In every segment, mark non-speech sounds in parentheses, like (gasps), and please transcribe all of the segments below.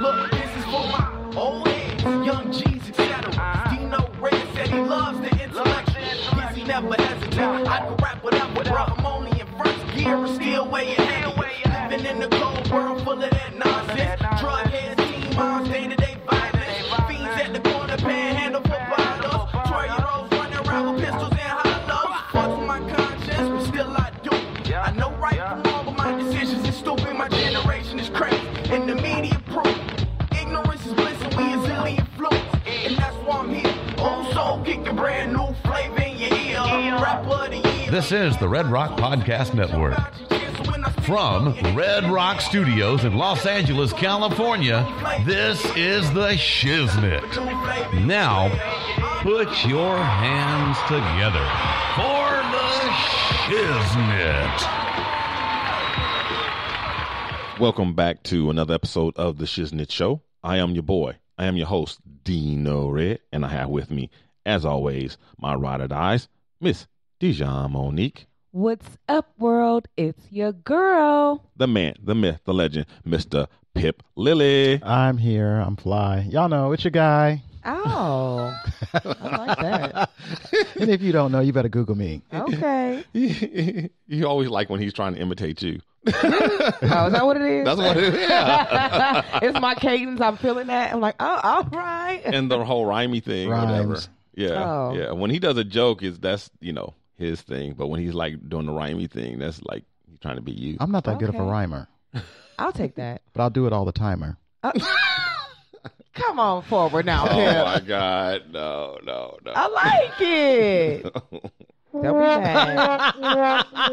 Look, this is for my old heads, young G's etc. Dino Red said he Uh-huh. loves the intellectual. Yes, he never hesitates. I can rap without what up. I'm only in first gear, but still weighing heavy. Living in the cold world full of that nonsense. Drug heads, teen moms, day to day violence. Fiends at the corner, panhandle for bottles. Twirling rolls, running around with pistols and hollows. Fuck with my conscience, but still I do. I know right from wrong, but my decisions is stupid. My generation is crazy, and the media proof. Ignorance is bliss, and we is ill influenced. And that's why I'm here. Old soul, kick your brand new flavor in your ear. Rapper of the year. This is the Red Rock Podcast Network. From Red Rock Studios in Los Angeles, California, this is The Shiznit. Now, put your hands together for The Shiznit. Welcome back to another episode of the Shiznit Show. I am your boy. I am your host, Dino Red, and I have with me, as always, my rotted eyes, Miss Dijon Monique, What's up, world? It's your girl. the man, the myth, the legend, Mr. Pip Lilly. I'm here. I'm fly. Y'all know it's your guy. Oh, (laughs) I like that. And if you don't know, you better Google me. Okay. (laughs) you always like when he's trying to imitate (laughs) you. (laughs) Oh, is that what it is? That's (laughs) what it is. Yeah. it's my cadence. I'm feeling that. I'm like, oh, all right. and the whole rhymey thing, or whatever. Rhymes. Yeah, Oh. yeah. When he does a joke, is that's you know his thing. But when he's like doing the rhymey thing, that's like he's trying to be you. I'm not that good of a Okay. rhymer, I'll take that. Uh, but I'll do it all the timer. (laughs) Come on forward now, oh (laughs) Pip. my god, no, no, no. I like it. Don't be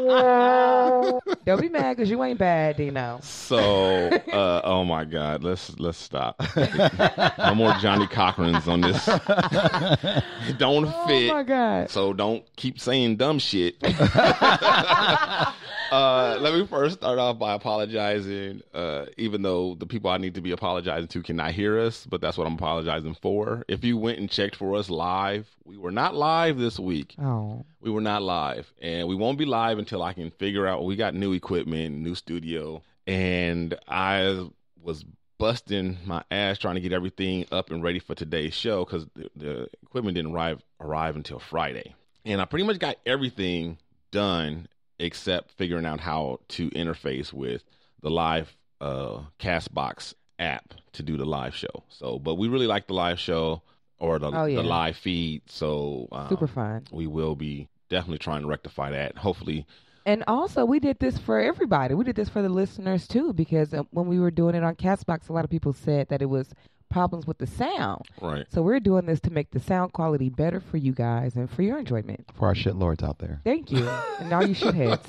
(laughs) mad. Don't be mad because you ain't bad, Dino. So, uh, oh my God, let's let's stop. (laughs) no more Johnny Cochran's on this. (laughs) It don't fit. Oh my God. So don't keep saying dumb shit. (laughs) uh, let me first start off by apologizing, uh, even though the people I need to be apologizing to cannot hear us, but that's what I'm apologizing for. If you went and checked for us live, we were not live this week. Oh, We were not live, and we won't be live until I can figure out. We got new equipment, new studio, and I was busting my ass trying to get everything up and ready for today's show because the, the equipment didn't arrive arrive until Friday, and I pretty much got everything done except figuring out how to interface with the live uh, Castbox app to do the live (laughs) show. So, but we really like the live show or the, Oh, yeah. the live feed. So um, super fun. we will be definitely trying to rectify that. Hopefully, And also, we did this for everybody. We did this for the listeners too, because uh, when we were doing it on Castbox, a lot of people said that it was problems with the sound. right? (laughs) So we're doing this to make the sound quality better for you guys and for your enjoyment. For our shit lords out there. Thank you, and all you (laughs) shitheads.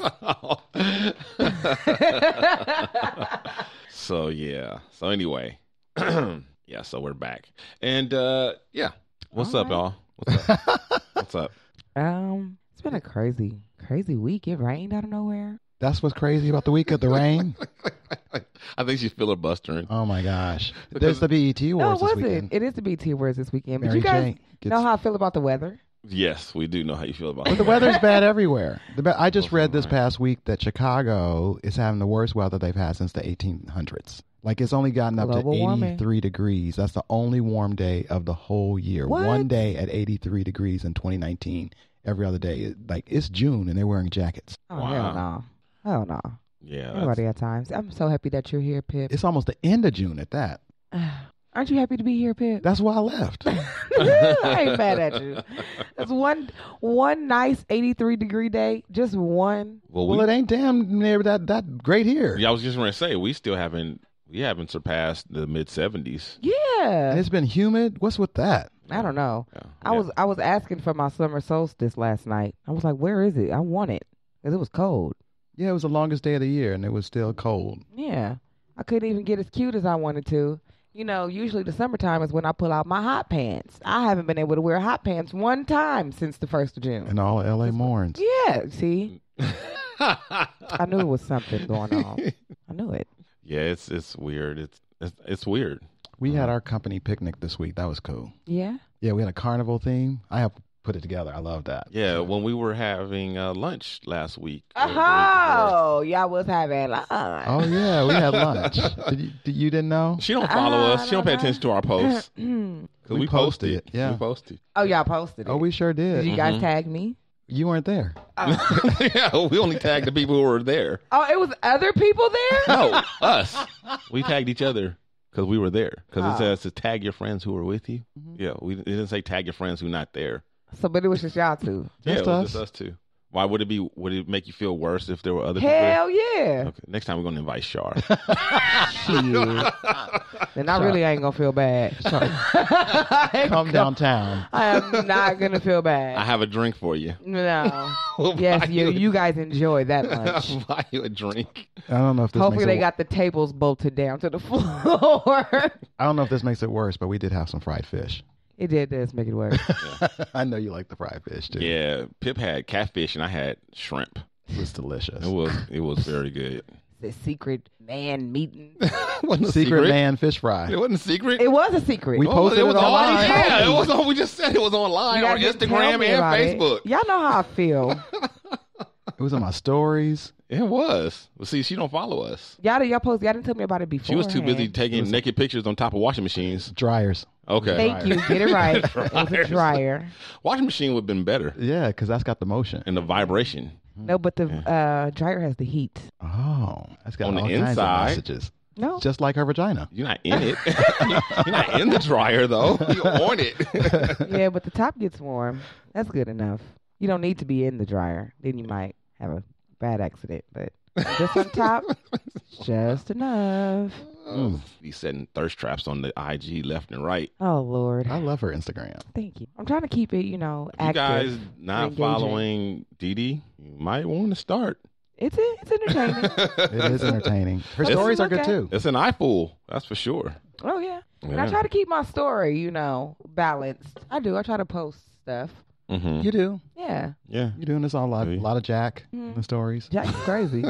so yeah. So anyway, yeah. So we're back, and uh yeah. What's up, y'all? What's up? What's up? Um, it's been a crazy, crazy week. It rained out of nowhere. That's what's crazy about the week of the rain. I think she's filibustering. (laughs) Oh my gosh. There's the BET Awards no, this it wasn't. weekend. It is the BT words this weekend. but Mary you guys J gets- know how I feel about the weather. yes, we do know how you feel about The that. (laughs) weather's bad everywhere. The ba- I just read this past week that Chicago is having the worst weather they've had since the 1800s. Like it's only gotten up Global to 83 warming. degrees. That's the only warm day of the whole year. What? One day at 83 degrees in 2019. Every other day, It- like it's June and they're wearing jackets. Oh hell no, hell no. Yeah. that's- Everybody at times. I'm so happy that you're here, Pip. It's almost the end of June at that. (sighs) Aren't you happy to be here, (laughs) Pip? (laughs) That's why I left. I ain't mad at you. That's one one nice 83 degree day. Just one. Well, we, well, it ain't damn near that that great here. yeah, I was just going to say we still haven't we haven't surpassed the mid seventies. And Yeah. it's been humid. What's with that? I don't know. I was I was asking for my summer solstice last night. I was like, "Where is it? I want it." Cuz it was cold. Yeah, it was the longest day of the year, and it was still cold. Yeah. I couldn't even get as cute as I wanted to. you know, usually the summertime is when I pull out my hot pants. I haven't been able to wear hot pants one time since the first of June. And all of LA mourns. Yeah, see, I knew it was something going on. I knew it. yeah, it's it's weird. It's it's, it's weird. We had our company picnic this week. That was cool. Yeah. Yeah, we had a carnival theme. I helped put it together. I love that. Yeah, when we were having uh, lunch last week. uh, or the week before- Oh, y'all was having lunch. Oh yeah, we had lunch. (laughs) Did you, did- you didn't know? She don't follow Ah, us. She don't pay la, la. attention to our posts because we, We post posted it. it, yeah. we posted. (laughs) oh, y'all posted it. Oh, we sure Did (laughs) did. you guys tag me? You weren't there. yeah, we only tagged the people who were (laughs) there. Oh, it was other people (laughs) there. No, us. We tagged each other because we were there. Because it says to tag your friends who were with you. Yeah, we it didn't say tag your friends who not there. So, but it was just y'all two. yeah, Just it was us. just us two. Why would it be? Would it make you feel worse if there were other Hell yeah! people? Okay, next time we're gonna invite Shar. Shit. then I really ain't gonna feel bad. (laughs) I ain't Come gonna- downtown. I am not gonna feel I bad. have a drink for you. (laughs) No. We'll buy yes, you a- you guys enjoy that (laughs) lunch. I'll buy you a drink. I don't know if this Hopefully makes they it, got the tables bolted down to the (laughs) floor. I don't know if this makes it worse, but we did have some fried fish. it did this make it (laughs) work. (laughs) I know you like the fried fish too. Yeah, Pip had catfish and I had shrimp. It was delicious. It was it was very good. the secret man meeting. wasn't Secret, man fish fry. It wasn't a secret. It was a secret. We Oh, posted it, was online. on- Yeah, it was on. We just said it was online You on guys didn't tell Instagram and me about it. Facebook. Y'all know how I feel. (laughs) It was in my stories. It was. Well, see, she don't follow us. Y'all did y'all post. Y'all didn't tell me about it before. She was too busy taking naked pictures on top of washing machines. Dryers. Okay, Thank you. Get it (laughs) right. it was a dryer. washing machine would have been better, Yeah, because that's got the motion. and the vibration. No, but the uh, dryer has the heat. Oh, that's got On the all kinds inside. of messages. (laughs) No. Just like her vagina. You're not in it. (laughs) You're not in the dryer though. You're on it. yeah, but the top gets warm. That's good enough. You don't need to be in the dryer. Then you might have a bad accident. But just on (laughs) top, just enough. He's setting thirst traps on the IG left and right. Oh Lord, I love her Instagram. thank you. I'm trying to keep it, you know, If you active. guys not engaging. following Didi, you might want to start. It's it's entertaining. (laughs) It is entertaining. Her Let's stories are look good at- too. It's an eye fool, that's for sure. oh yeah. And I Yeah. try to keep my story, you know, balanced. I do. I try to post stuff. Mm-hmm. You do. Yeah. Yeah. You're doing this on a lot, See? lot of Jack in the stories. Jack's (laughs) crazy.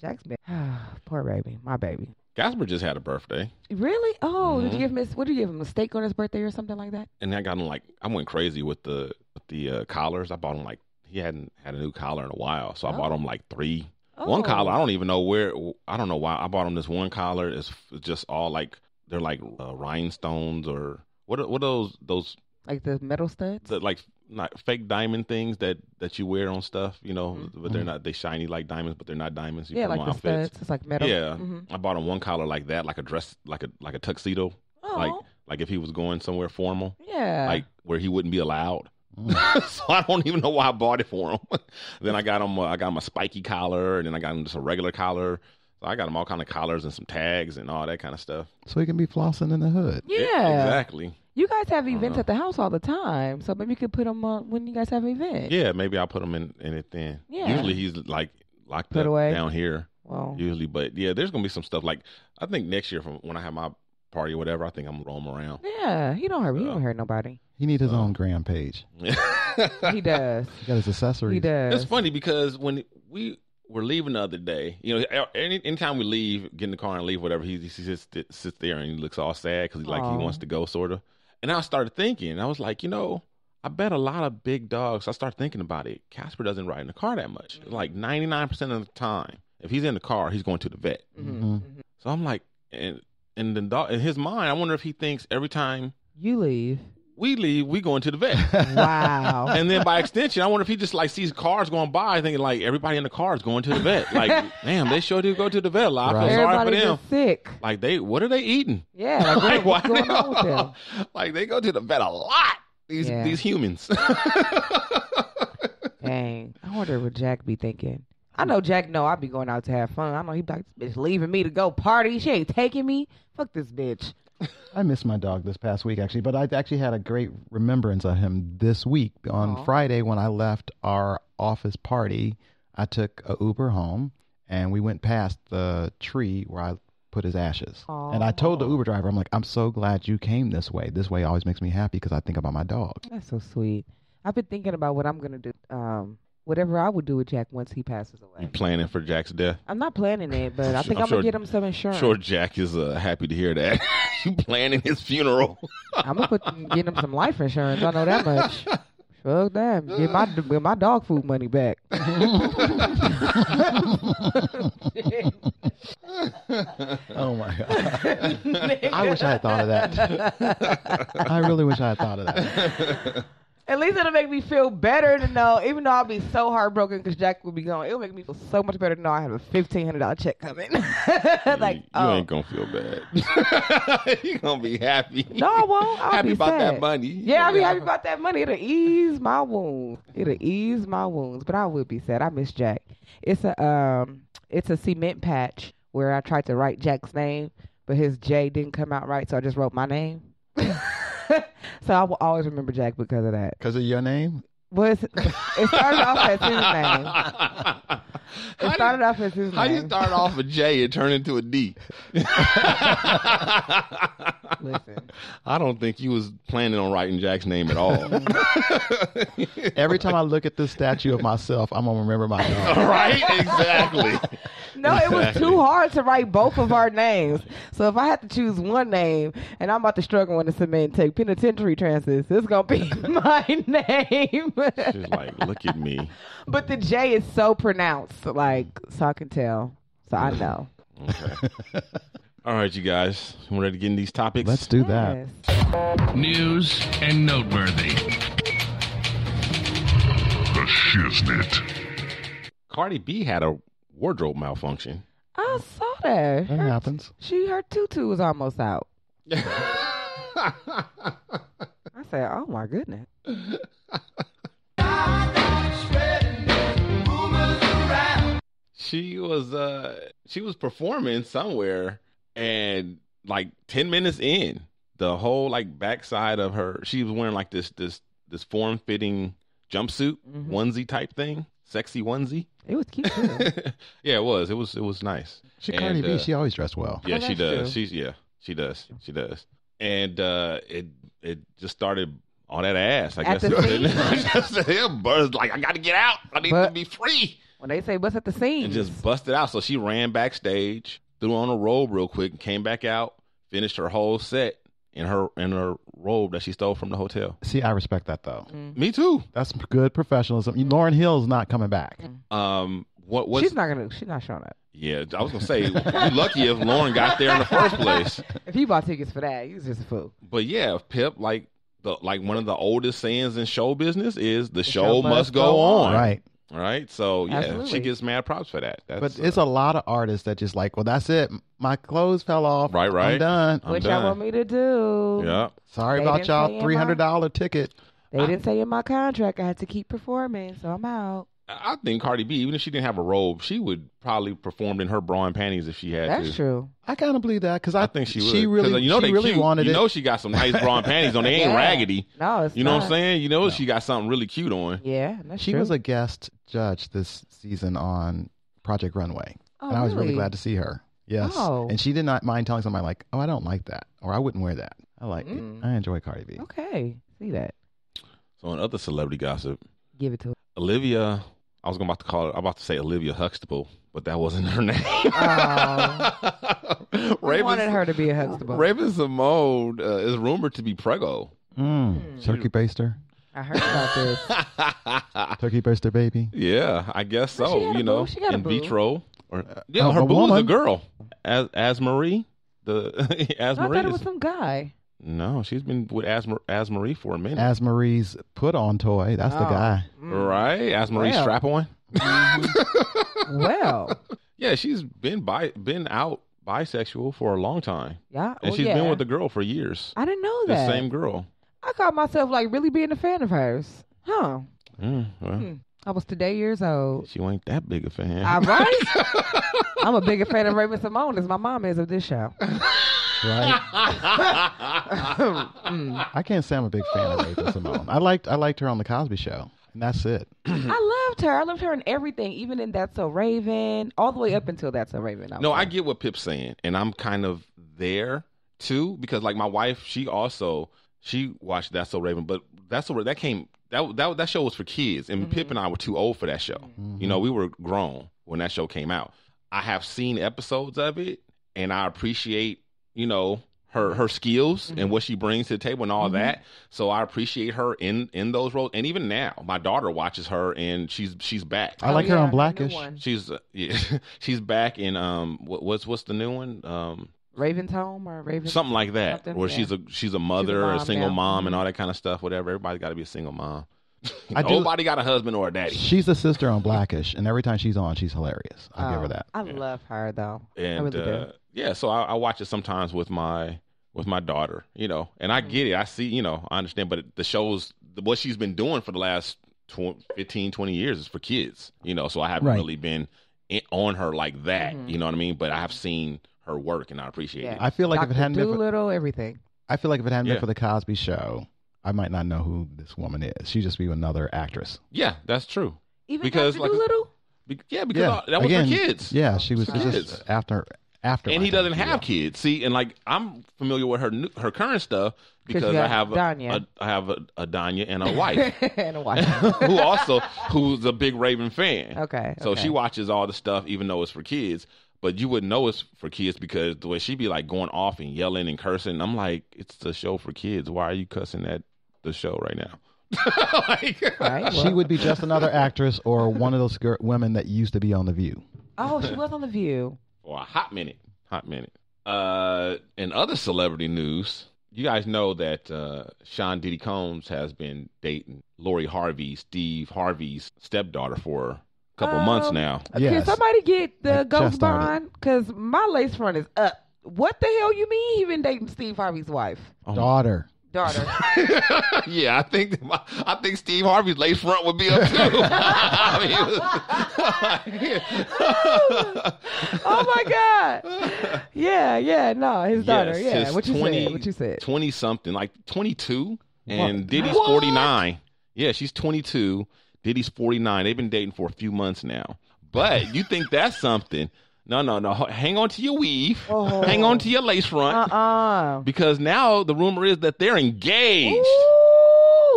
Jack's been (sighs) poor baby, my baby. Gasper just had a birthday, Really? Oh, Mm-hmm. did you give Miss? What did you give him? A steak on his birthday or something like that? and I got him like I went crazy with the with the uh, collars. I bought him like he hadn't had a new collar in a while, so I bought him like three. One Oh. collar, I don't even know where. I don't know why I bought him this one collar. It's f- just all like they're like uh, rhinestones or what? Are, what are those those Like the metal studs? the, like not fake diamond things that that you wear on stuff, you know? But they're not they shiny like diamonds, but they're not diamonds. You Mm-hmm. yeah, put like on the outfits. studs. It's like metal. Yeah, Mhm. I bought him one collar like that, like a dress, like a like a tuxedo, Oh, like like if he was going somewhere formal, yeah. Mm. like where he wouldn't be allowed. (laughs) so I don't even know why I bought it for him. (laughs) then I got him, uh, I got him a spiky collar, and then I got him just a regular collar. So I got him all kind of collars and some tags and all that kind of stuff. So he can be flossing in the hood. yeah. exactly. You guys have events at the house all the time, so maybe you could put them on when you guys have events. Yeah, maybe I'll put him in in it then. Yeah. Usually he's like locked Put up away. down here. Well, Usually, but yeah, there's gonna be some stuff like I think next year from when I have my party or whatever, I think I'm gonna roam around. yeah. He don't hurt. Uh, He don't (laughs) hurt nobody. He needs his own gram page. He does. He got his accessories. he It's does. funny because when we were leaving the other day, you know, any anytime we leave, get in the car and leave, whatever, he, he sits sits there and he looks all sad because he like Aw. he wants to go, sort of. And I started thinking, I was like, you know, I bet a lot of big dogs. I started thinking about it. Casper doesn't ride in the car that much. Like ninety nine percent of the time, if he's in the car, he's going to the vet. Mm-hmm. So I'm like, and and the dog in his mind, I wonder if he thinks every time You leave. we leave, we going to the (laughs) vet. (laughs) Wow. And then by extension, I wonder if he just like sees cars going by, thinking like everybody in the car is going to the vet. (laughs) Like, damn, they sure do go to the vet a lot. I Right. feel sorry for Everybody's them. just sick. Like they, what are they eating? Yeah. (laughs) Like, Like, what- why what's going on with them? they, like they go to the vet a lot. These Yeah. these humans. (laughs) Dang. I wonder what Jack be thinking. I know Jack know I be going out to have fun. I know he be like, this bitch leaving me to go party. She ain't taking me. Fuck this bitch. I missed my dog this past week, actually, but I actually had a great remembrance of him this week. On Friday, when I left our office party, I took a Uber home and we went past the tree where I put his ashes. And I told the Uber driver, I'm like, I'm so glad you came this way. This way always makes me happy because I think about my dog. That's so sweet. I've been thinking about what I'm gonna do. Um, whatever I would do with Jack once he passes away. Planning for Jack's death. I'm not planning it, but I think Mm. I'm, I'm sure- gonna get him some insurance. Sure, Jack is uh, happy to hear that. (laughs) you planning his funeral? I'm gonna put get him some life insurance. I know that much. Fuck that. Get my get my dog food money back. Oh my god! (laughs) I wish I had thought of that. I really wish I had thought of that. At least it'll make me feel better to know, even though I'll be so heartbroken because Jack will be gone. It'll make me feel so much better to know I have a fifteen hundred dollar check coming. (laughs) (laughs) like, you oh, ain't gonna feel bad. (laughs) you gonna be happy. (laughs) no, I won't. I'll happy be about sad. that money. Yeah, I'll be happy about that money. It'll ease my wounds. It'll ease my wounds, but I will be sad. I miss Jack. It's a um, it's a cement patch where I tried to write Jack's name, but his J didn't come out right, so I just wrote my name. (laughs) so I will always remember Jack because of that. Because of your name, Well, it's, it started off as (laughs) his name. (laughs) How It you- started off as his How you name. start off a J and turn into a D? Listen, I don't think you was planning on writing Jack's name at (laughs) all. every time I look at this statue of myself, I'm gonna remember my dog. right? Exactly. no, it was too hard to write both of our names. So if I had to choose one name, and I'm about to struggle on the cement, take penitentiary transits, it's gonna be (laughs) my name. She's like, look at me. but the J is so pronounced, like so I can tell, so I know. All right, you guys. You ready to get in these topics? Let's do that. Yes. News and noteworthy. The Shiznit. Cardi B had a wardrobe malfunction. I saw that. That Her- happens. she her tutu was almost (laughs) out. I said, "Oh my goodness." she was uh she was performing somewhere and like 10 minutes in the whole like backside of her she was wearing like this this this form-fitting jumpsuit Mhm. onesie type thing sexy onesie (laughs) It was cute. too. yeah it was it was it was nice She And, Cardi B. uh, She always dressed well. yeah, Oh, she that's does. true. She's yeah, she does. She does. And uh it it just started on that ass. (laughs) I At guess the just him burst like I got to get out. I need to But- be free. when they say "What's at the scene?" And just busted out. So she ran backstage, threw on a robe real quick, and came back out. Finished her whole set in her in her robe that she stole from the hotel. See, I respect that though. Mm. Me too. That's good professionalism. Lauren Hill's not coming back. Mm. Um, what was? she's not gonna. She's not showing up. yeah, I was gonna say you lucky if Lauren got there in the (laughs) first place. If you bought tickets for that, you was just a fool. But yeah, Pip, like the like one of the oldest sayings in show business is the, show, must, go, on. Right. Right. So yeah, she Absolutely. gets mad props for that. That's, But it's a lot of artists that just like, well, that's it. My clothes fell off. Right, right. I'm done. I'm what done. y'all want me to do? yeah. Sorry They about didn't y'all say three hundred dollar ticket. They didn't say in my contract I had to keep performing, so I'm out. I I think Cardi B, even if she didn't have a robe, she would probably perform in her bra and panties if she had to. That's true. I kind of believe that because I, I think she would. She 'Cause, uh, really, you know she they really cute. wanted you it. know she got some nice bra and panties on. They ain't Yeah. raggedy. No, it's You know what not. I'm saying? You know she got something really cute on. Yeah, that's she true. was a guest judge this season on Project Runway, Oh, and I was really? glad to see her. Yes, Oh. and she did not mind telling somebody like, "Oh, I don't like that," or "I wouldn't wear that." I like, Mm. it. I enjoy Cardi B. Okay, see that. So on other celebrity gossip, Give it to her. Olivia. I was about to call her. I'm about to say Olivia Huxtable, but that wasn't her (laughs) name. Oh, I Raven- wanted her to be a Huxtable. Raven Simone uh, is rumored to be preggo. Mm. Turkey baster, I heard about this. (laughs) Ah. turkey baster baby. yeah, I guess But she so. had a You know, boob. She got a in boob. vitro. Or, yeah, uh, her a boo is a woman. girl. As as Marie, the (laughs) as I Marie. thought it Is, was some guy. No, she's been with as, Mar- as Marie for a minute, As Marie's put on toy. That's the Oh. guy. right? As Marie Well. strap on. Well, Yeah, she's been bi- been out bisexual for a long time, yeah, and well, she's yeah. been with the girl for years. I didn't know The that. same girl. I caught myself like really being a fan of hers, huh? Mm, well, I was today years (laughs) old. She ain't that big a fan. All right. I'm a bigger fan of Raven Simone as my mom is of this show. (laughs) Right. Mm. I can't say I'm a big fan of Raven Simone. I liked I liked her on the Cosby Show. And that's it. I loved her. I loved her in everything, even in That's So Raven, all the way up until That's So Raven. I No, was I like, get what Pip's saying, and I'm kind of there too because like my wife, she also she watched That's So Raven, but That's So Raven that came that that that show was for kids, and Pip Mm-hmm. and I were too old for that show. You know, we were grown when that show came out. I have seen episodes of it, and I appreciate you know her her skills Mm-hmm. and what she brings to the table and all that. So I appreciate her in in those roles, and even now my daughter watches her, and she's she's back. I like her yeah, on the new Blackish. one. She's uh, (laughs) yeah, she's back in um what, what's what's the new one um Raven's Home or Raven's something like that Something, where yeah. she's a she's a mother or a mom Mm-hmm. single now. mom and all that kind of stuff whatever everybody's got to be a single mom (laughs) I do- nobody got a husband or a daddy She's the sister on Blackish, and every time she's on, she's hilarious. I'll give Oh, her that. I love her though. (laughs) I and really uh, do. yeah so I, I watch it sometimes with my with my daughter you know and I get Mm-hmm. it I see you know I understand but the shows what she's been doing for the last 20, 15 20 years is for kids you know so I haven't Right. really been in, on her like that Mm-hmm. you know what I mean but I have seen her work and I appreciate Yeah. it I feel like Dr. if it hadn't been for, Doolittle, everything. I feel like if it hadn't Yeah. been for the Cosby Show, I might not know who this woman is. She'd just be another actress. yeah that's true Even Because, Dr. like- (laughs) Doolittle. (laughs) Be- yeah, because all- that was Again, for kids. Yeah, she was For it's kids. just after after. and my he doesn't time, have kids. See, and like I'm familiar with her new, her current stuff because you I have have a, Danya. a I have a, a Danya and a wife (laughs) and a wife. (laughs) who also who's a big Raven fan. Okay, so okay. she watches all the stuff, even though it's for kids. But you wouldn't know it's for kids because the way she be like going off and yelling and cursing. I'm like, it's a show for kids. Why are you cussing at the show right now? (laughs) like, Right? yeah. well- She would be just another actress or one of those gir- women that used to be on The View. Oh, she was on The View. for a hot minute. Hot minute. Uh, in other celebrity news, you guys know that uh, Sean Diddy Combs has been dating Lori Harvey, Steve Harvey's stepdaughter, for a couple Um, months now. (laughs) Can Yes. somebody get the I ghost just ordered. bond? Because my lace front is up. What the hell you mean he been dating Steve Harvey's wife? Daughter. (laughs) Daughter. yeah, I think I think Steve Harvey's lace front would be up too. (laughs) I mean, (laughs) oh my God. Yeah, yeah, no, his daughter. Yes, Yeah, his what you 20 said. What you said. Twenty something, like twenty two, and What? Diddy's What? forty nine. Yeah, she's twenty two. Diddy's forty nine. They've been dating for a few months now. But you think that's something? No, no, no. Hang on to your weave. Oh. Hang on to your lace front. Uh uh Because now the rumor is that they're engaged.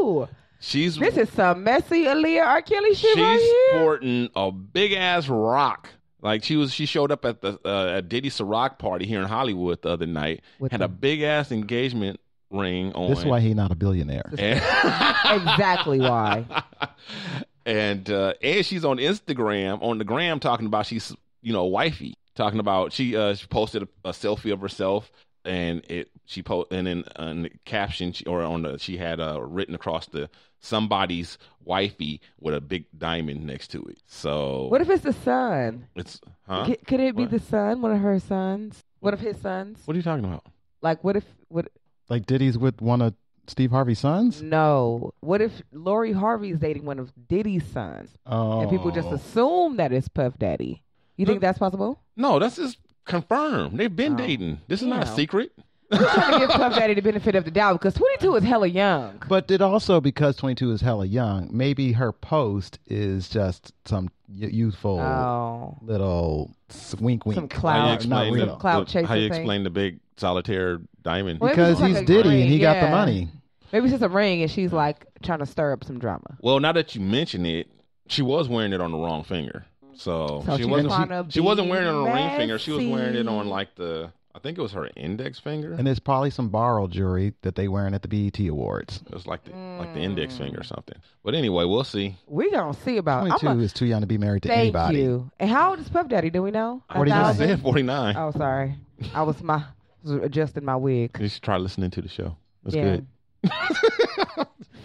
Ooh. She's This is some messy Aaliyah R. Kelly shit she's right here. sporting a big ass rock. Like she was, she showed up at the uh, at Diddy Ciroc party here in Hollywood the other night. With had the- a big ass engagement ring on. This is why he's not a billionaire. and, exactly why. and uh, and she's on Instagram on the gram talking about she's you know wifey talking about she uh she posted a, a selfie of herself and it she po and then on the caption she, or on the she had uh written across the somebody's wifey with a big diamond next to it so What if it's the son? it's huh C- Could it be What? the son? One of her sons? One of his sons? what are you talking about Like, what if? What? Like Diddy's with one of Steve Harvey's sons. No. What if Lori Harvey's dating one of Diddy's sons, Oh, and people just assume that it's Puff Daddy? You think that's possible? no that's just confirmed they've been Oh. dating this is not a Yeah. secret We're (laughs) trying to give Puff Daddy the benefit of the doubt because 22 is hella young. But it also because 22 is hella young. Maybe her post is just some y- youthful Oh. little s- wink wink. how Some you clout. Not- not explain real. the, Clout the- how chasing you thing. explain the big solitaire diamond Well, it was Because like he's a Diddy and he ring, got the yeah. money. Maybe it's just a ring, and she's like trying to stir up some drama. Well, now that you mention it, she was wearing it on the wrong finger. So, So she, she wasn't was tryna she, she wasn't wearing it on be the ring finger. She was wearing it messy. on like the I think it was her index finger. And there's probably some borrowed jewelry that they wearing at the BET Awards. it was like the like the index finger or something. But anyway, we'll see. We gonna see about. Uh, I'm 22 a, is too young to be married to thank anybody. you. And how old is Puff Daddy? Do we know? A 49. I thousand? said forty nine. Oh, sorry. I was my was adjusting my wig. You should try listening to the show. That's Yeah. good. (laughs)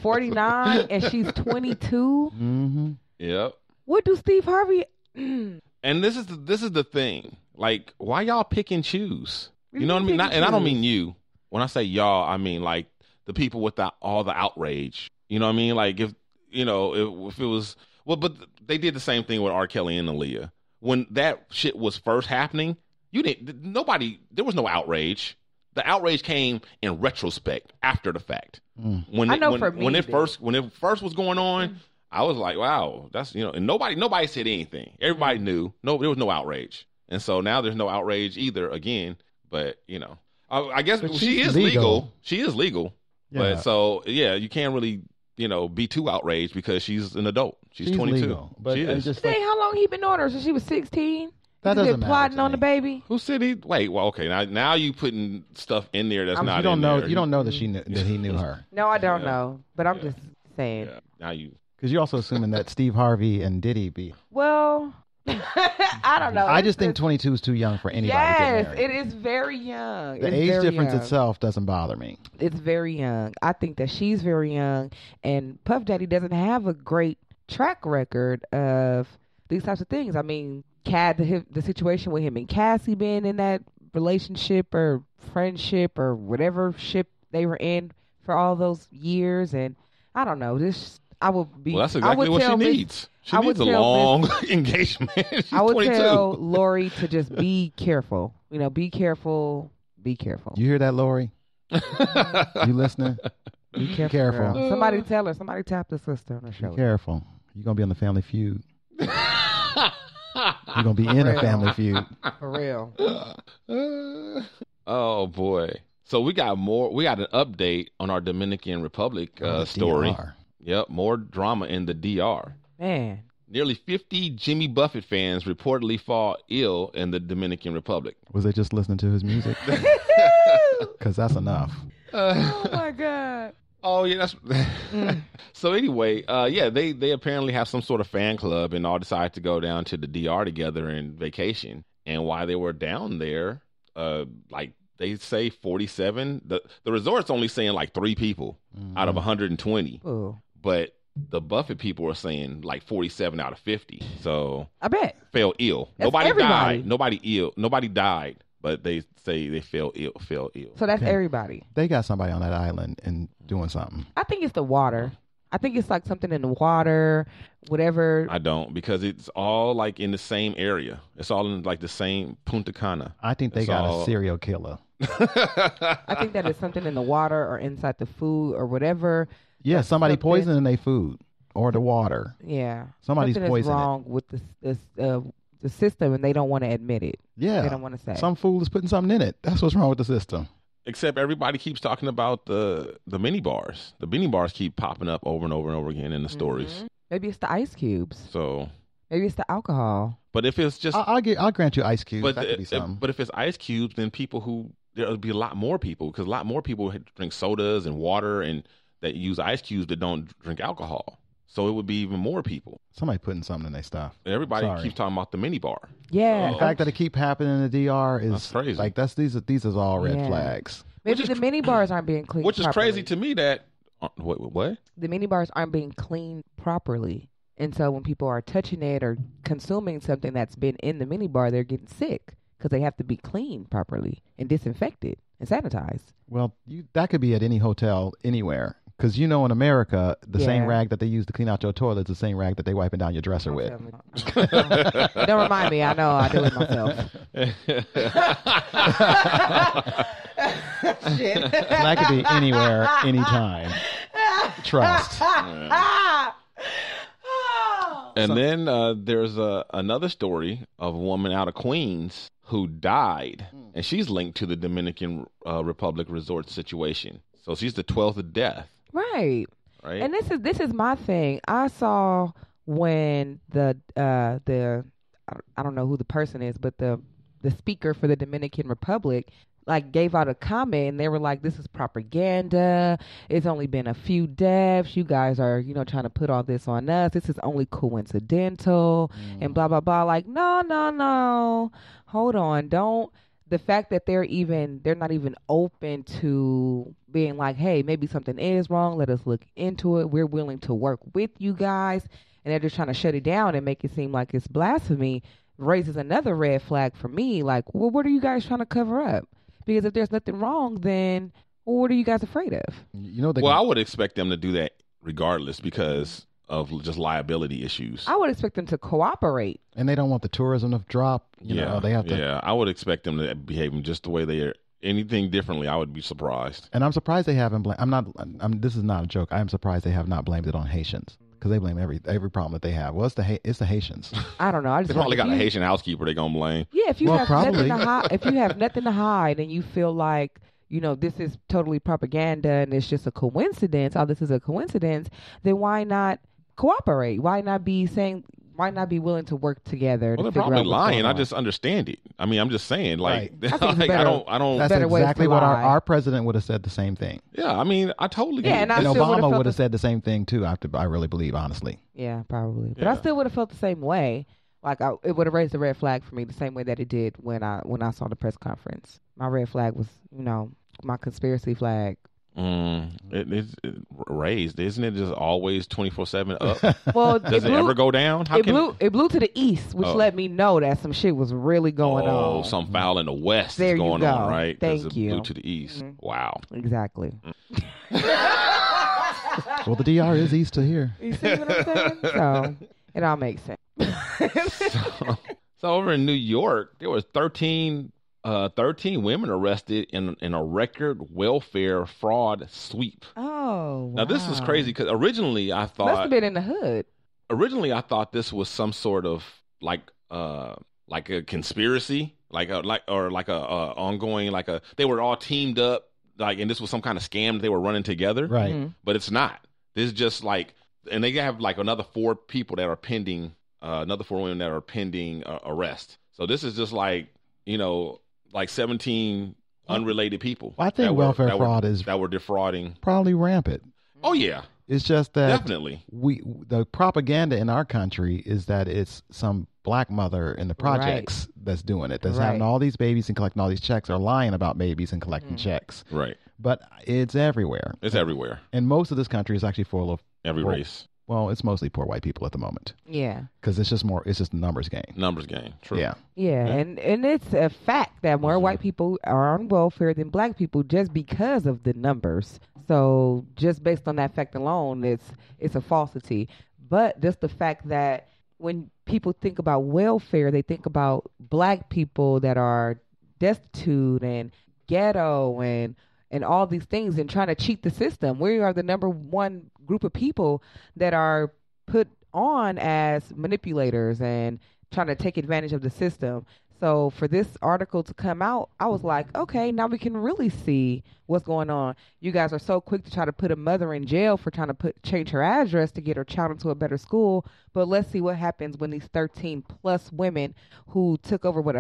49 and she's 22. hmm Yep. What do Steve Harvey? (clears throat) Mm. And this is the, this is the thing. Like, why y'all pick and choose? You What do know what you I mean mean? pick Not, and and I don't choose? mean you. When I say y'all, I mean like the people with the, all the outrage. You know what I mean? Like if you know if, if it was well, but they did the same thing with R. Kelly and Aaliyah when that shit was first happening. You didn't. Nobody. There was no outrage. The outrage came in retrospect, after the fact. When I it, know when, for me Mm. when it it did. first when it first was going on, I was like, wow, that's you know, and nobody nobody said anything. Everybody Mm. knew. No, there was no outrage, and so now there's no outrage either again. But you know, I, I guess But she she's is legal. legal. She is legal. Yeah. But so yeah, you can't really you know be too outraged because she's an adult. She's, She's 22. legal, but she I'm is. just Say like, how long he been on her since she was sixteen? that He's been doesn't matter. plotting to on the me. baby. Who said he? Wait, well, okay. Now, now you putting stuff in there that's I'm- not. You don't in know. there. You don't know that she knew, (laughs) that he knew her No, I don't Yeah. know, but I'm Yeah. just saying. Yeah, now you. because you're also assuming that Steve Harvey and Diddy be. Well, (laughs) I don't know. I It's just think 22 is too young for anybody. yes, to get it married. is very young. The It's age very difference young. itself doesn't bother me. It's very young. I think that she's very young, and Puff Daddy doesn't have a great track record of these types of things. I mean, Cad the, hi- the situation with him and Cassie being in that relationship or friendship or whatever ship they were in for all those years, and I don't know. This I would be. Well, that's I exactly would what she tell Miss- needs. She I would needs a tell long (laughs) engagement. She's I would 22. tell Lori to just be careful. You know, be careful. Be careful. You hear (laughs) that, Lori? you listening? Be careful. careful. girl. Somebody tell her. Somebody tap the sister on her Be shoulder. careful. You're gonna be on the (laughs) Family Feud. You're gonna be in a Family Uh, Feud. For real. (laughs) oh boy. So we got more. We got an update on our Dominican Republic uh, The story. DR. Yep, more drama in the DR. Man. Nearly 50 Jimmy Buffett fans reportedly fall ill in the Dominican Republic. Was they just listening to (laughs) (laughs) his music? Because that's enough. oh my God. Oh yeah, that's (laughs) so. Anyway, uh, yeah, they they apparently have some sort of fan club and all decided to go down to the DR together and vacation. And while they were down there, uh, like they say, forty seven. The the resort's only saying like three people out of one hundred and twenty, (laughs) Ooh. but the Buffett people are saying like forty seven out of fifty. So I bet. fell ill. That's nobody everybody. died. Nobody ill. Nobody died, but they say they fell ill. Fell ill. So that's Okay. everybody. They got somebody on that island and doing something. I think it's the water. I think it's like something in the water, whatever. I don't because it's all like in the same area. It's all in like the same Punta Cana. I think they It's got all- a serial killer. I think that it's something in the water or inside the food or whatever. Yeah, somebody something- poisoning their food or the water. Yeah. Somebody's something is poisoning it. wrong with the, s- the, s- uh, the system and they don't want to admit it. Yeah, They don't want to say. some fool is putting something in it. That's what's wrong with the system. Except everybody keeps talking about the the mini bars. The mini bars keep popping up over and over and over again in the stories. Maybe it's the ice cubes. So, Maybe it's the alcohol. but if it's just Uh, I, I'll get. I'll grant you ice cubes. but that could be if, something. but if it's ice cubes, then people who there'll be a lot more people because a lot more people drink sodas and water and that use ice cubes that don't drink alcohol. So it would be even more people. somebody putting something in their stuff. Everybody Sorry. keeps talking about the mini bar. Yeah. The fact that it keep happening in the DR is That's crazy. Like that's these. Are, these is all red Yeah. flags. Maybe the mini bars aren't being cleaned. Which is properly. crazy to me that uh, what what? the mini bars aren't being cleaned properly. And so when people are touching it or consuming something that's been in the mini bar, they're getting sick because they have to be cleaned properly and disinfected and sanitized. Well, you, that could be at any hotel anywhere. Because you know, in America, the same Yeah. rag that they use to clean out your toilet is the same rag that they wiping down your dresser with. Don't remind me. (laughs) I know I do it myself. Shit. And that could be (laughs) anywhere, anytime. Trust. And then uh, there's a, another story of a woman out of Queens who died, Mm. and she's linked to the Dominican uh, Republic resort situation. So she's the twelfth of death, right. right? And this is this is my thing. I saw when the uh the I don't- I don't know who the person is, but the the speaker for the Dominican Republic like gave out a comment and they were like this is propaganda. It's only been a few deaths. You guys are, you know, trying to put all this on us. This is only coincidental and blah blah blah like no, no, no. Hold on. Don't the fact that they're even they're not even open to being like hey maybe something is wrong let us look into it we're willing to work with you guys and they're just trying to shut it down and make it seem like it's blasphemy raises another red flag for me like well what are you guys trying to cover up because if there's nothing wrong then what are you guys afraid of You know they. well, I would expect them to do that regardless because of just liability issues. i would expect them to cooperate and they don't want the tourism to drop. You yeah, know, they have to. yeah, I would expect them to behave just the way they are. Anything differently, I would be surprised. And I'm surprised they haven't blamed. I'm not. I'm. This is not a joke. I'm surprised they have not blamed it on Haitians because they blame every every problem that they have. Well, it's the Ha- it's the Haitians. I don't know. I just They probably like, got a you- Haitian housekeeper they gonna blame. Yeah, if you Well, have probably. nothing to hide, if you have nothing to hide, and you feel like you know this is totally propaganda and it's just a coincidence, all this is a coincidence, then why not cooperate? Why not be saying? Why not be willing to work together? Well, they're to figure out probably what's lying. going I on? just understand it. I mean, I'm just saying, like, (laughs) Right. I like, think I, it's better- don't, I don't. That's Better ways to exactly what our, lie. our president would have said the same thing. yeah, I mean, I totally. Yeah, get and it. I And still would've Obama felt would have the- said the same thing too. I, have to- I really believe, honestly. Yeah, probably. But I Yeah. still would have felt the same way. Like I, it would have raised a red flag for me the same way that it did when I when I saw the press conference. My red flag was, you know, my conspiracy flag. Mm, it, it's it raised, isn't it? Just always twenty four seven (laughs) up. Well, (laughs) Does it, blew, ever go down? How it can blew it blew to the east, which Oh. let me know that some shit was really going oh, on. some foul in the west There is you going go. on, right? 'Cause Thank it blew you. Mm-hmm. to the east. Wow. Exactly. Mm. Well, the DR is east (laughs) of here. You see what I'm saying? (laughs) So it all makes sense. So over in New York, there was 13, uh, 13 women arrested in in a record welfare fraud sweep. Oh, Now this is wow. crazy because originally I Must have thought been in the hood. originally I thought this was some sort of like uh like a conspiracy, like a like or like a, a ongoing like a they were all teamed up like and this was some kind of scam that they were running together. Right. Mhm. But it's not. This is just like and they have like another four people that are pending uh, another four women that are pending uh, arrest. So this is just like, you know, like 17 unrelated people. Well, I think that were- welfare that were- fraud is- that were defrauding. Probably rampant. Oh yeah, It's just that definitely. we the propaganda in our country is that it's some black mother in the projects that's doing it that's having Right. Mm. all these babies and collecting all these checks or lying about babies and collecting checks Right. but it's everywhere It's everywhere. and most of this country is actually full of Every Well, race. well it's mostly poor white people at the moment Yeah. because it's just more it's just a numbers game Numbers game. True. yeah Yeah, and and it's a fact that more white people are on welfare than black people just because of the numbers. So just based on that fact alone, it's it's a falsity. But just the fact that when people think about welfare, they think about black people that are destitute and ghetto and and all these things and trying to cheat the system. We are the number one group of people that are put on as manipulators and trying to take advantage of the system. So for this article to come out, I was like, okay, now we can really see what's going on. You guys are so quick to try to put a mother in jail for trying to put change her address to get her child into a better school, but let's see what happens when these 13 plus women who took over what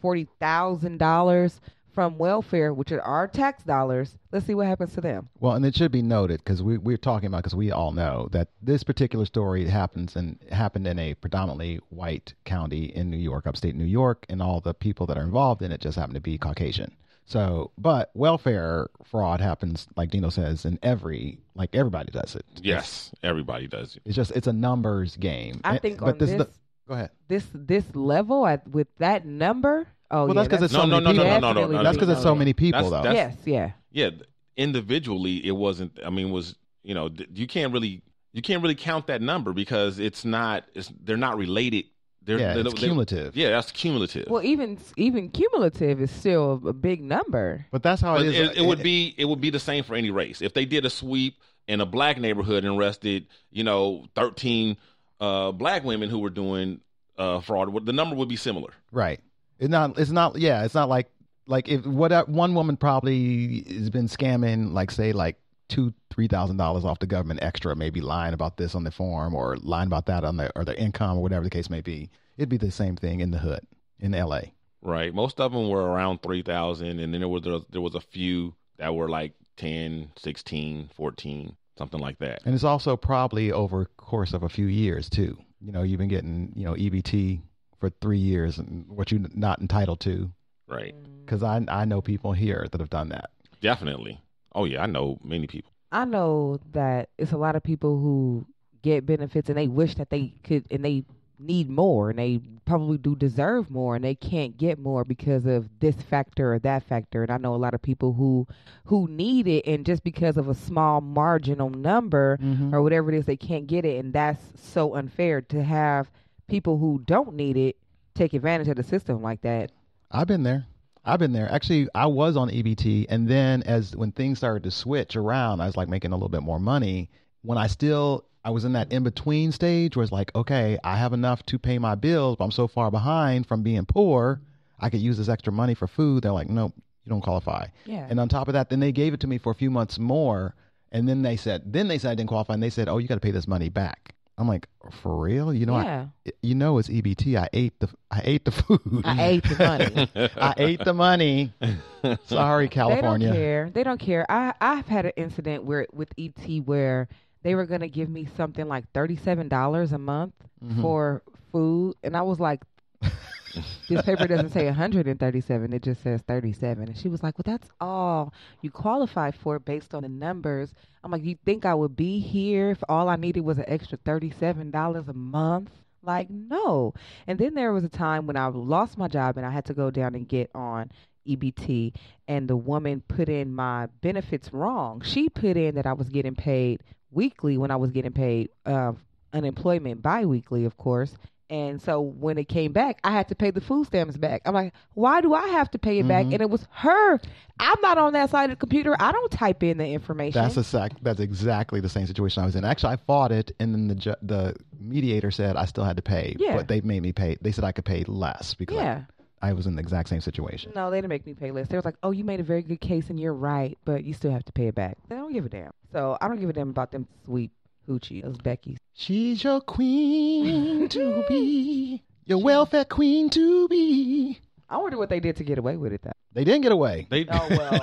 140,000 dollars from welfare, which are our tax dollars, let's see what happens to them. well and it should be noted because we, we're talking about because we all know that this particular story happens and happened in a predominantly white county in new york upstate new york and all the people that are involved in it just happen to be caucasian so but welfare fraud happens like dino says in every like everybody does it Yes, everybody does. it's just it's a numbers game I And- think but on is this the- go ahead this this level at, with that number. Oh, well yeah, that's because it's No, so no, many no, no, people no, no, no, no. that's because it's so many people That's- though that's- yes, yeah. Yeah, individually it wasn't I mean was, you know, th- you can't really you can't really count that number because it's not it's they're not related. They're yeah they it's they- cumulative yeah, that's cumulative. Well, even even cumulative is still a big number. but that's how but it is it, it would be it would be the same for any race. If they did a sweep in a black neighborhood and arrested, you know, 13 uh black women who were doing uh fraud, the number would be similar. Right. It's not. It's not. Yeah. It's not like like if what uh, one woman probably has been scamming like say like two three thousand dollars off the government extra, maybe lying about this on the form or lying about that on their or their income or whatever the case may be. It'd be the same thing in the hood in L.A. Right. Most of them were around 3,000 and then there was there was a few that were like 10, 16, 14, something like that. And it's also probably over the course of a few years too. You know, you've been getting you know EBT for three years and what you're not entitled to. Right. Because I I know people here that have done that. Definitely. Oh yeah, I know many people. I know that it's a lot of people who get benefits and they wish that they could and they need more and they probably do deserve more and they can't get more because of this factor or that factor and I know a lot of people who who need it and just because of a small marginal number or whatever it is they can't get it and that's so unfair to have people who don't need it take advantage of the system like that. I've been there. I've been there. Actually, I was on EBT, and then as when things started to switch around, I was like making a little bit more money. When I still I was in that in between stage where it's like, okay, I have enough to pay my bills, but I'm so far behind from being poor, I could use this extra money for food. They're like, nope, you don't qualify. Yeah. And on top of that, then they gave it to me for a few months more, and then they said, then they said I didn't qualify, and they said, oh, you got to pay this money back. I'm like, for real? You know, Yeah. I, you know, it's EBT. I ate the, I ate the food. I ate the money. (laughs) I ate the money. Sorry, They don't California. care. They don't care. I I've had an incident where with ET where they were gonna give me something like thirty seven dollars a month for food, and I was like, this paper doesn't say one hundred and thirty seven. It just says thirty seven. And she was like, well, that's all you qualify for based on the numbers. I'm like, you think I would be here if all I needed was an extra thirty seven dollars a month? Like no. And then there was a time when I lost my job and I had to go down and get on EBT and the woman put in my benefits wrong. She put in that I was getting paid weekly when I was getting paid uh, unemployment biweekly, of course. And so when it came back, I had to pay the food stamps back. I'm like, why do I have to pay it back? And it was her. I'm not on that side of the computer. I don't type in the information. That's exact. That's exactly the same situation I was in. Actually, I fought it, and then the ju- the mediator said I still had to pay, Yeah. but they made me pay. They said I could pay less because I- Yeah. I, was in the exact same situation. No, they didn't make me pay less. They was like, "Oh, you made a very good case, and you're right, but you still have to pay it back." They don't give a damn. So I don't give a damn about them sweet hoochie, those Becky's. She's your queen to (laughs) be, your welfare queen to be. I wonder what they did to get away with it. Though. They didn't get away. They, Oh well,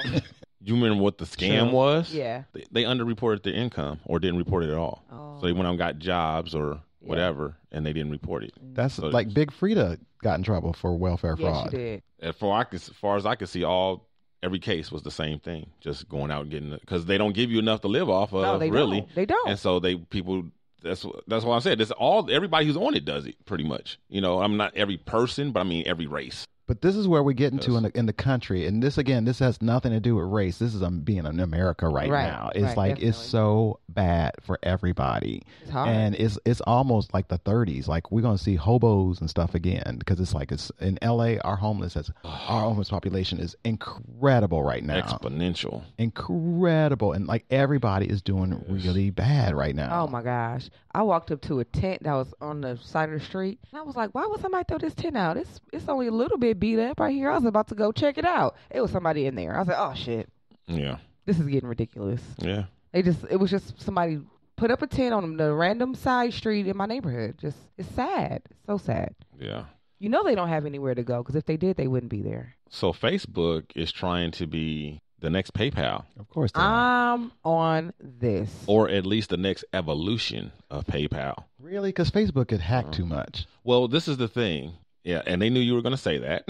you remember what the scam Sure. was? (laughs) yeah. They, they underreported their income or didn't report it at all. Oh. So they went out and got jobs or whatever, and they didn't report it. That's So- like Big Frida got in trouble for welfare Yes, fraud. you did. as far I could, as far as I could see, all every case was the same thing. Just going out and getting because they don't give you enough to live off of. No, they Uh, really, don't. They don't. And so they people. That's wh- that's what I said. That's all. Everybody who's on it does it pretty much. You know, I'm not every person, but I mean every race. But this is where we get into in the, in the country, and this again, this has nothing to do with race. This is um, being in America right, Right, now. It's right, like it's definitely. so bad for everybody, It's hard. and it's it's almost like the 30s. Like we're gonna see hobos and stuff again because it's like it's in LA. Our homeless has, (sighs) our homeless population is incredible right now, Exponential. incredible, and like everybody is doing really bad right now. Oh my gosh. I walked up to a tent that was on the side of the street and I was like, Why would somebody throw this tent out? It's it's only a little bit beat up right here. I was about to go check it out. It was somebody in there. I was like, Oh shit, Yeah, this is getting ridiculous. yeah. They just it was just somebody put up a tent on the random side street in my neighborhood. Just it's sad. It's so sad. Yeah. You know they don't have anywhere to go because if they did, they wouldn't be there. So Facebook is trying to be the next PayPal, Of course, they are. I'm on this. or at least the next evolution of PayPal. really, because Facebook could Oh. hack too much. Well, this is the thing. Yeah, and they knew you were going to say that,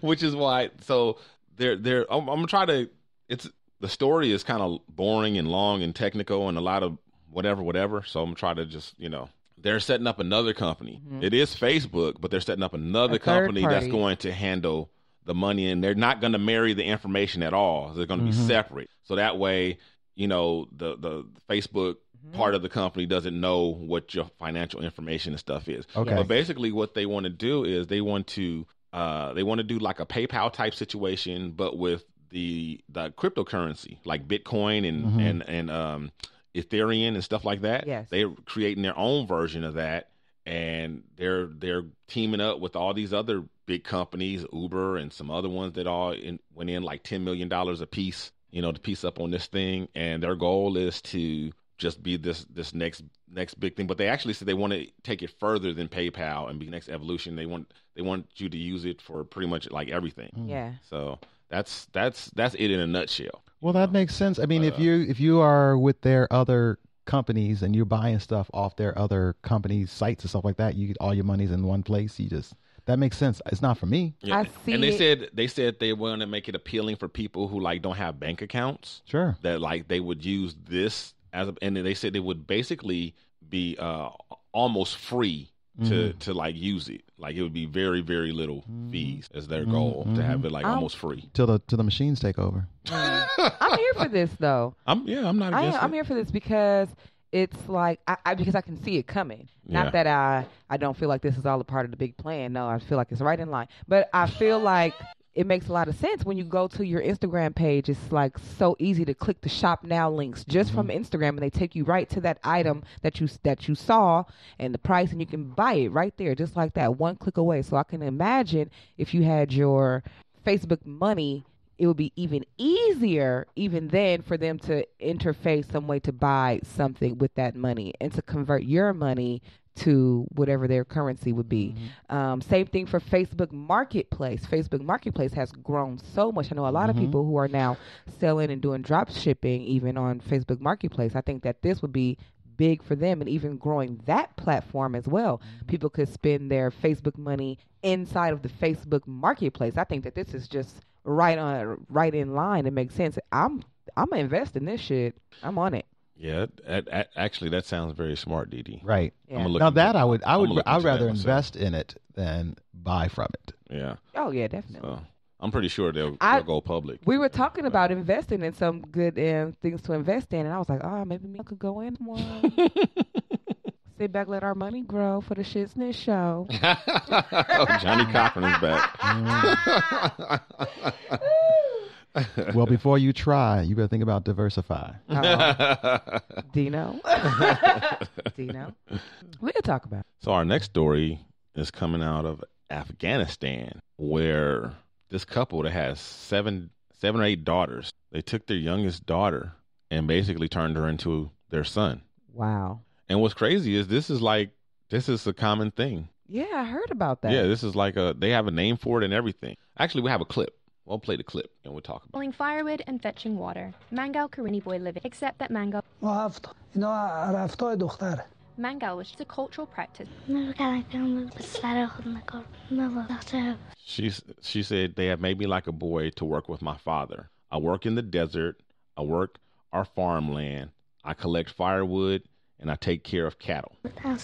(laughs) which is why. So they're they're. I'm, I'm gonna try to. It's the story is kind of boring and long and technical and a lot of whatever, whatever. So I'm gonna try to just you know they're setting up another company. It is Facebook, but they're setting up another Mm-hmm. A third company that's party. going to handle the money, and they're not going to marry the information at all. They're going to Mm-hmm. be separate. So that way, you know, the the Facebook part of the company doesn't know what your financial information and stuff is. Okay. But basically, what they want to do is they want to uh, they want to do like a PayPal type situation, but with the the cryptocurrency like Bitcoin and Mhm. and and um, Ethereum and stuff like that. Yes. they're creating their own version of that, and they're they're teaming up with all these other big companies, Uber and some other ones that all in, went in like ten million dollars a piece. You know, to piece up on this thing, and their goal is to just be this this next next big thing. But they actually said they want to take it further than PayPal and be next evolution. They want they want you to use it for pretty much like everything. yeah. So that's that's that's it in a nutshell. Well, that makes sense. I mean, Uh, if you if you are with their other companies and you're buying stuff off their other companies' sites and stuff like that, you get all your money's in one place. You just that makes sense. It's not for me. I And they see it. said they said they want to make it appealing for people who like don't have bank accounts. Sure. that like they would use this as a, and they said they would basically be uh almost free to Mm-hmm. to like use it like it would be very very little fees as their goal to have it like Mm-hmm. I'm- almost free Till the till the machines take over. I'm here for this though. i'm yeah i'm not I am, against I'm it. here for this because it's like I, I because I can see it coming. Yeah. Not that I I don't feel like this is all a part of the big plan. No, I feel like it's right in line. But I feel like it makes a lot of sense when you go to your Instagram page. It's like so easy to click the shop now links just from Mm-hmm. Instagram, and they take you right to that item that you that you saw and the price, and you can buy it right there, just like that, one click away. So I can imagine if you had your Facebook money, it would be even easier, even then, for them to interface some way to buy something with that money and to convert your money to whatever their currency would be. Um, same thing for Facebook Marketplace. Facebook Marketplace has grown so much. I know a lot of people who are now selling and doing drop shipping even on Facebook Marketplace. I think that this would be big for them and even growing that platform as well. People could spend their Facebook money inside of the Facebook marketplace. I think that this is just right on right in line. It makes sense. I'm I'm gonna invest in this shit. I'm on it. Yeah, that, that, actually, that sounds very smart, DD. Right. Yeah. look now into- that I would, I I'm would, gonna look I'd into that rather myself. invest in it than buy from it. Yeah, Oh yeah, definitely. so I'm pretty sure they'll, I- they'll go public. (laughs) we were talking about investing in some good um, things to invest in, and I was like, oh, maybe me could go in one. Sit back, let our money grow for the shits and this show. Johnny Cochran is Mm. (laughs) back. well, before you try, you better think about diversify. Uh, Um, Dino, Dino, we'll talk about. it. So our next story is coming out of Afghanistan, where this couple that has seven, seven or eight daughters, they took their youngest daughter and basically turned her into their son. Wow. And what's crazy is this is like this is a common thing. Yeah, I heard about that. Yeah, this is like a they have a name for it and everything. Actually, we have a clip. We'll play the clip and we'll talk about. Pulling firewood and fetching water. Mangal Karini boy living, except that Mangal رفت اینا رفتای دختره Mangal was just a cultural practice. It. She s- she said they have made me like a boy to work with my father. I work in the desert. I work our farmland. I collect firewood and I take care of cattle.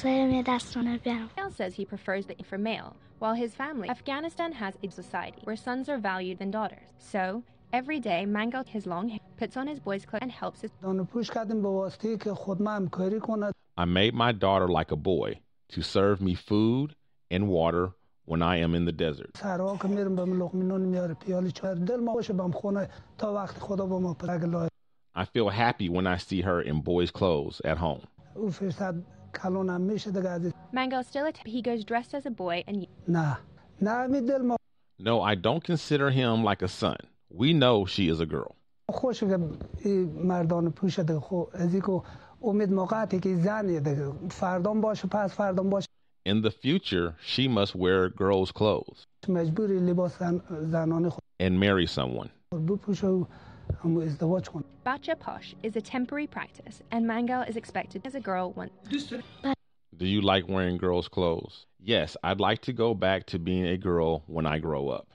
Mangal says he prefers the for male, while his family Afghanistan has a society where sons are valued than daughters. So every day Mangal his long hair, puts on his boy's clothes and helps his دانو پوش کردیم به واسطه که خود ما همکاری کنه I made my daughter like a boy to serve me food and water when I am in the desert. سرها که میرم به لقمینون میاره پیالی چهار دل ما باشه بم خونه تا وقتی خدا با ما پرگ لای I feel happy when I see her in boys' clothes at home. او فرصت کلونم میشه دیگه عزیز Mangal still a t- he goes dressed as a boy and نه نه می دل ما No, I don't consider him like a son. We know she is a girl. خوش که این مردان پوش دیگه خو از اینکو امید موقعی که زنی دیگه فردان باشه پس فردان باشه In the future, she must wear girls' clothes مجبوری لباس زن زنانه خود and marry someone. بپوشه و هم ازدواج کنه Bacha Posh is a temporary practice, and Mangal is expected as a girl once. Do you like wearing girls' clothes? Yes, I'd like to go back to being a girl when I grow up.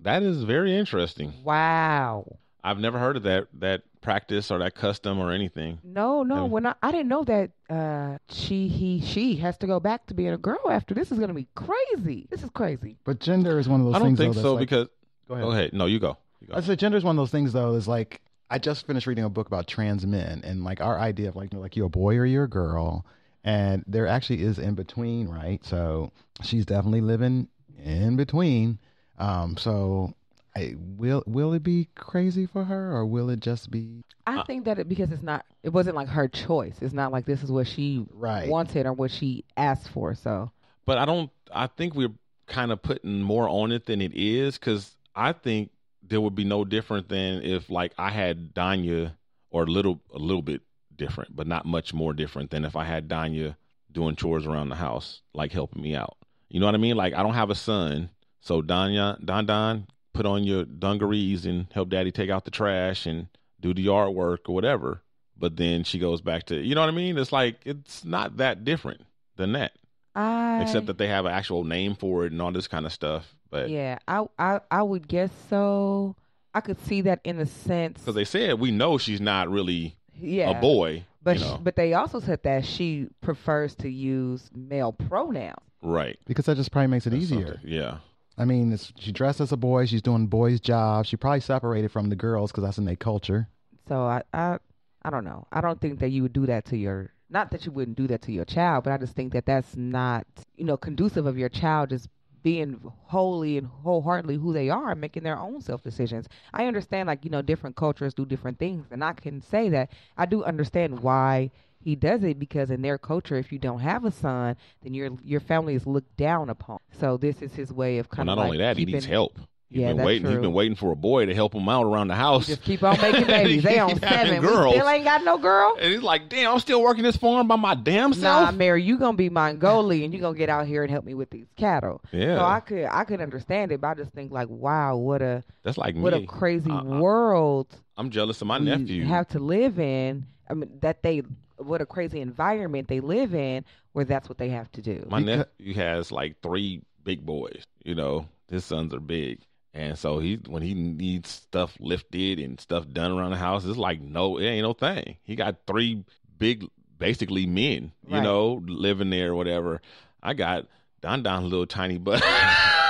That is very interesting. Wow. I've never heard of that that practice or that custom or anything. No, no. Maybe- When I, I didn't know that uh, she, he, she has to go back to being a girl after this is gonna be crazy. This is crazy. But gender is one of those I don't think things. though, so that's like- because go go ahead. No, you go. You I go. said gender is one of those things though. Is like I just finished reading a book about trans men and like our idea of like you know, like you're a boy or you're a girl, and there actually is in between, right? So she's definitely living in between. Um, so I, will will it be crazy for her or will it just be Uh, I think that it because it's not it wasn't like her choice. It's not like this is what she Right. wanted or what she asked for. So But I don't. I think we're kind of putting more on it than it is because I think there would be no different than if like I had Danya or a little a little bit different, but not much more different than if I had Danya doing chores around the house, like helping me out. You know what I mean? Like I don't have a son, so Danya Don Don put on your dungarees and help Daddy take out the trash and do the yard work or whatever. But then she goes back to you know what I mean? It's like it's not that different than that I except that they have an actual name for it and all this kind of stuff. But because yeah, I I I would guess so. I could see that in a sense. they said we know she's not really yeah, a boy, But you sh know. but they also said that she prefers to use male pronouns. right? because that just probably makes it easier. Something- Yeah, I mean, it's, she dressed as a boy. She's doing boys' jobs. She probably separated from the girls because that's in their culture. So I, I I don't know. I don't think that you would do that to your not that you wouldn't do that to your child, but I just think that that's not you know conducive of your child just being wholly and wholeheartedly who they are, making their own self decisions. I understand, like, you know, different cultures do different things, and I can say that I do understand why he does it because in their culture, if you don't have a son, then your your family is looked down upon. So this is his way of And kind not of like only that, he keeping- needs help. He's Yeah, been that's waiting. He's true. been waiting for a boy to help him out around the house. Just keep on making (laughs) babies. They on He's having seven. girls. We still ain't got no girl. And he's like, "Damn, I'm still working this farm by my damn Nah, self." Mary, you gonna be Mongolian. You gonna get out here and help me with these cattle. Yeah. So I could I could understand it, but I just think like, wow, what a That's like what a me. crazy I- I- world I'm jealous of my we nephew. Mm, have to live in. I mean, that they what a crazy environment they live in where that's what they have to do. my nephew has like three big boys. You know, his sons are big, and so he when he needs stuff lifted and stuff done around the house, it's like no, it ain't no thing. He got three big, basically men. You Right. know, living there or whatever. I got Don Don's little tiny butt. (laughs) (laughs)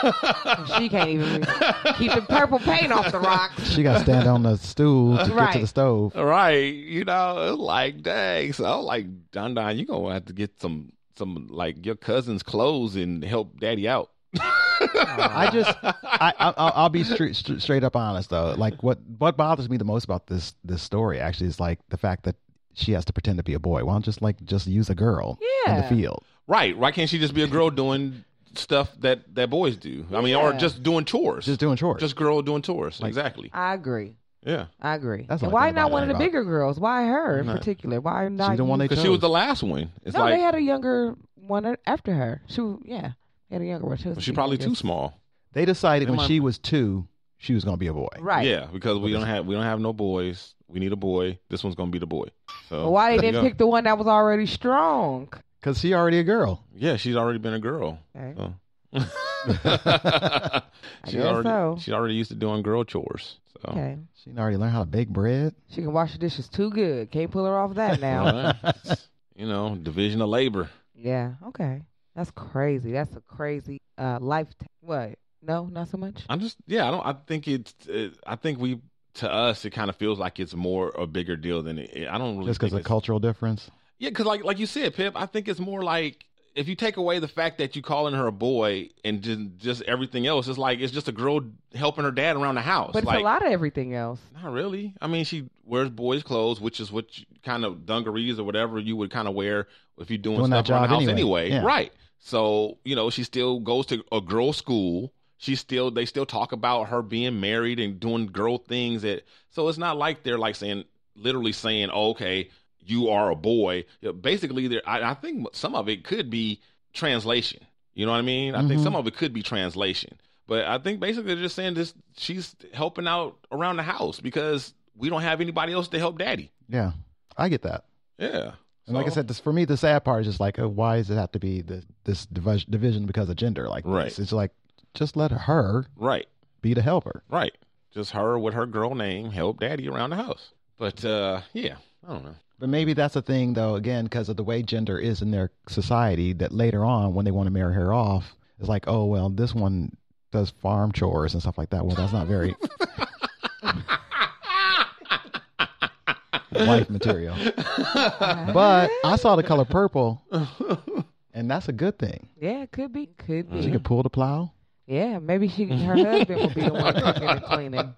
she can't even keep the purple paint off the rocks. She got to stand on the stool to get to Right. the stove. Right. You know, it's like, dang. So I'm like, Don Don, you're going to have to get some, some, like, your cousin's clothes and help daddy out. I just, I, I, I'll I'll be straight, straight up honest though. Like what, what bothers me the most about this this story actually is like the fact that she has to pretend to be a boy. Why don't just like just use a girl in the Yeah. field? Right. Why can't she just be a girl doing stuff that, that boys do? I mean, or Yeah. just doing chores. Just doing chores. Just girl doing chores. exactly. I agree. Yeah. I agree. That's And what I why think not about one it. of the bigger girls? Why her in Right. particular? Why not? the one you? they Because she chose. was the last one. It's no, like, they had a younger one a- after her. She, was- yeah, had a younger one. She, was she the probably too youngest. small. They decided when Am I- she was two, she was going to be a boy. Right. Yeah. Because we don't have, we don't have no boys. We need a boy. This one's going to be the boy. So But why they there you didn't go. pick the one that was already strong? Because she already a girl. Yeah, she's already been a (laughs) girl. (laughs) Okay. So. she guess already so. she already used to doing girl chores. So Okay. She already learned how to bake bread. She can wash the dishes too good. Can't pull her (laughs) off that now. All right. you know, division of labor. Yeah. Okay. That's crazy. That's a crazy uh life. T- what? No, not so much. I'm just yeah, I don't I think it's it, I think we to us it kind of feels like it's more a bigger deal than it. I don't really Just think because of it's- cultural difference. Yeah, because like like you said, Pip, I think it's more like if you take away the fact that you calling her a boy and just just everything else, it's like it's just a girl helping her dad around the house. But it's like, a lot of (laughs) everything else. Not really. I mean, she wears boys' clothes, which is what you, kind of dungarees or whatever you would kind of wear if you're doing, Doing that stuff around the job house anyway. anyway. Yeah. Right. So you know, she still goes to a girls' school. She still they still talk about her being married and doing girl things. That so it's not like they're like saying literally saying, oh, okay, you are a boy. You know, basically, there I, I think some of it could be translation. You know what I mean? I think some Mm-hmm. of it could be translation, but I think basically they're just saying this. She's helping out around the house because we don't have anybody else to help Daddy. Yeah, I get that. Yeah. And like I So- said, this, for me, the sad part is just like, oh, why does it have to be this, this divi- division because of gender? Like, Right. this? it's like, just let her right, be the helper. right. Just her with her girl name help Daddy around the house. But uh, yeah, I don't know. But maybe that's the thing, though, again, because of the way gender is in their society, that later on, when they want to marry her off, it's like, oh, well, this one does farm chores and stuff like that. Well, that's not very wife material. but I saw the color purple, and that's a good thing. (laughs) Yeah, it could be. Could be. She could pull the plow. Yeah, (laughs) maybe she, her husband will be the one cooking and cleaning.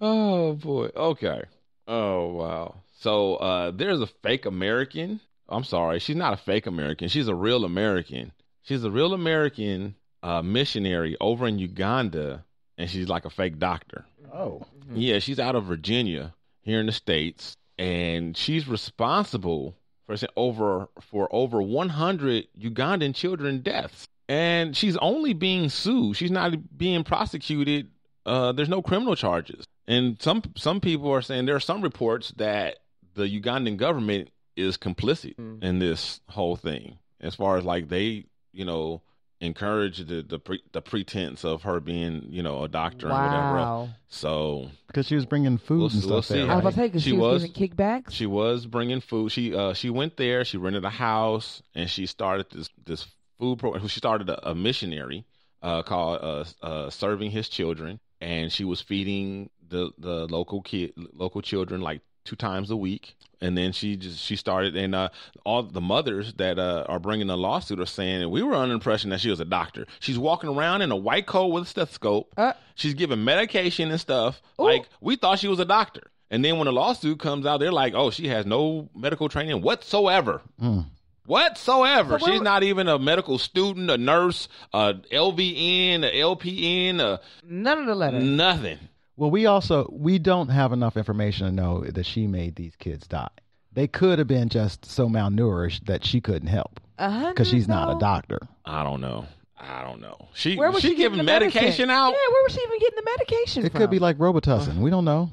Oh boy. Okay. Oh wow. So uh there's a fake American. I'm sorry, she's not a fake American. She's a real American. She's a real American uh missionary over in Uganda and she's like a fake doctor. Oh, Yeah, she's out of Virginia here in the states and she's responsible for s- over for over 100 Ugandan children deaths. And she's only being sued. She's not being prosecuted. Uh there's no criminal charges. And some some people are saying there are some reports that the Ugandan government is complicit in this whole thing as far as like they, you know, encourage the the, pre, the pretense of her being, you know, a doctor and whatever else. Wow. So because she was bringing food We'll and see- stuff. we'll there, see. I was right? about to say, 'cause She she was, was- giving kickbacks. she was bringing food. She uh she went there. She rented a house and she started this this food program. She started a, a missionary uh called uh, uh serving his children and she was feeding the the local kid local children like two times a week. And then she just she started, and uh, all the mothers that uh, are bringing the lawsuit are saying we were under the impression that she was a doctor. She's walking around in a white coat with a stethoscope. Uh. She's giving medication and stuff. Like we thought she was a doctor. And then when the lawsuit comes out, they're like, "Oh, she has no medical training whatsoever." Whatsoever. Hmm. So what She's we- not even a medical student, a nurse, a LVN, a LPN, a None of the letters. nothing. Well, we also we don't have enough information to know that she made these kids die. They could have been just so malnourished that she couldn't help A hundred because she's not a though? doctor. I don't know. I don't know. She Where was she, she, getting giving the medicine? medication out? Yeah, where was she even getting the medication? It from? could be like Robitussin. uh, We don't know.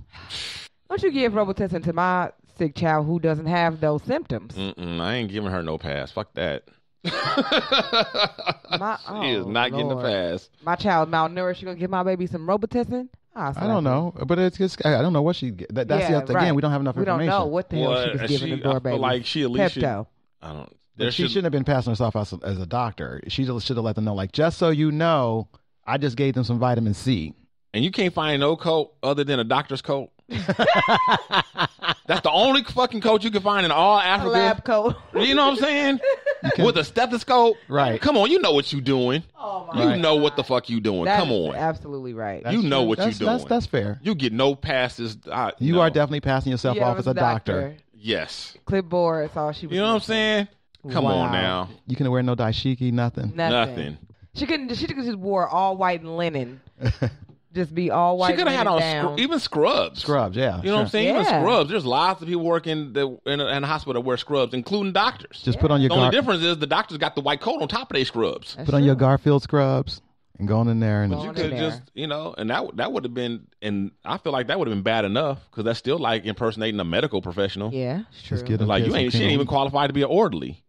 Don't you give Robitussin to my sick child who doesn't have those symptoms? Mm-mm, I ain't giving her no pass. Fuck that. (laughs) My- she is oh, not getting a Lord. pass. My child malnourished. You gonna give my baby some Robitussin? Ah, so I don't that- know, but it's just I I don't know what she. That, that's Yeah, the, again, right. we don't have enough We don't information. know what the hell she Well, was she- giving the I door feel baby. like she at least should- Pepto. I don't. There But she should, shouldn't have been passing herself as, as a doctor. She should have let them know, like, just so you know, I just gave them some vitamin C. and you can't find no coat other than a doctor's (laughs) coat. That's the only fucking coat you can find in all A Africa. lab (laughs) coat. You know what I'm (laughs) saying? With a stethoscope. Right. Come on, you know what you doing. you know what the fuck you doing. That Come is on. Absolutely right. you know what that's, you doing. That's, that's fair. you get no passes. I, You no. are definitely passing yourself Yeah, I off was as a doctor. Yes. Clipboard. That's all she was. You know what I'm missing. saying? Come on Wow. now. You can wear no daishiki, nothing. Nothing. Nothing. She couldn't. She could just wore all white linen. just be all white. she could have had linen on down. scr- even scrubs. (laughs) Scrubs, yeah. You know what I'm sure. saying? Even Yeah. scrubs. There's lots of people working that, in, a, in a hospital that wear scrubs, including doctors. Just put on your the only gar- difference is the doctors got the white coat on top of their scrubs. That's put on your true. Garfield scrubs and go on in there and But You on could in just, there. you know, and that that would have been, and I feel like that would have been bad enough because that's still like impersonating a medical professional. Yeah, it's true. just get them Like kids you some ain't, she ain't cream. even qualified to be an (laughs) orderly.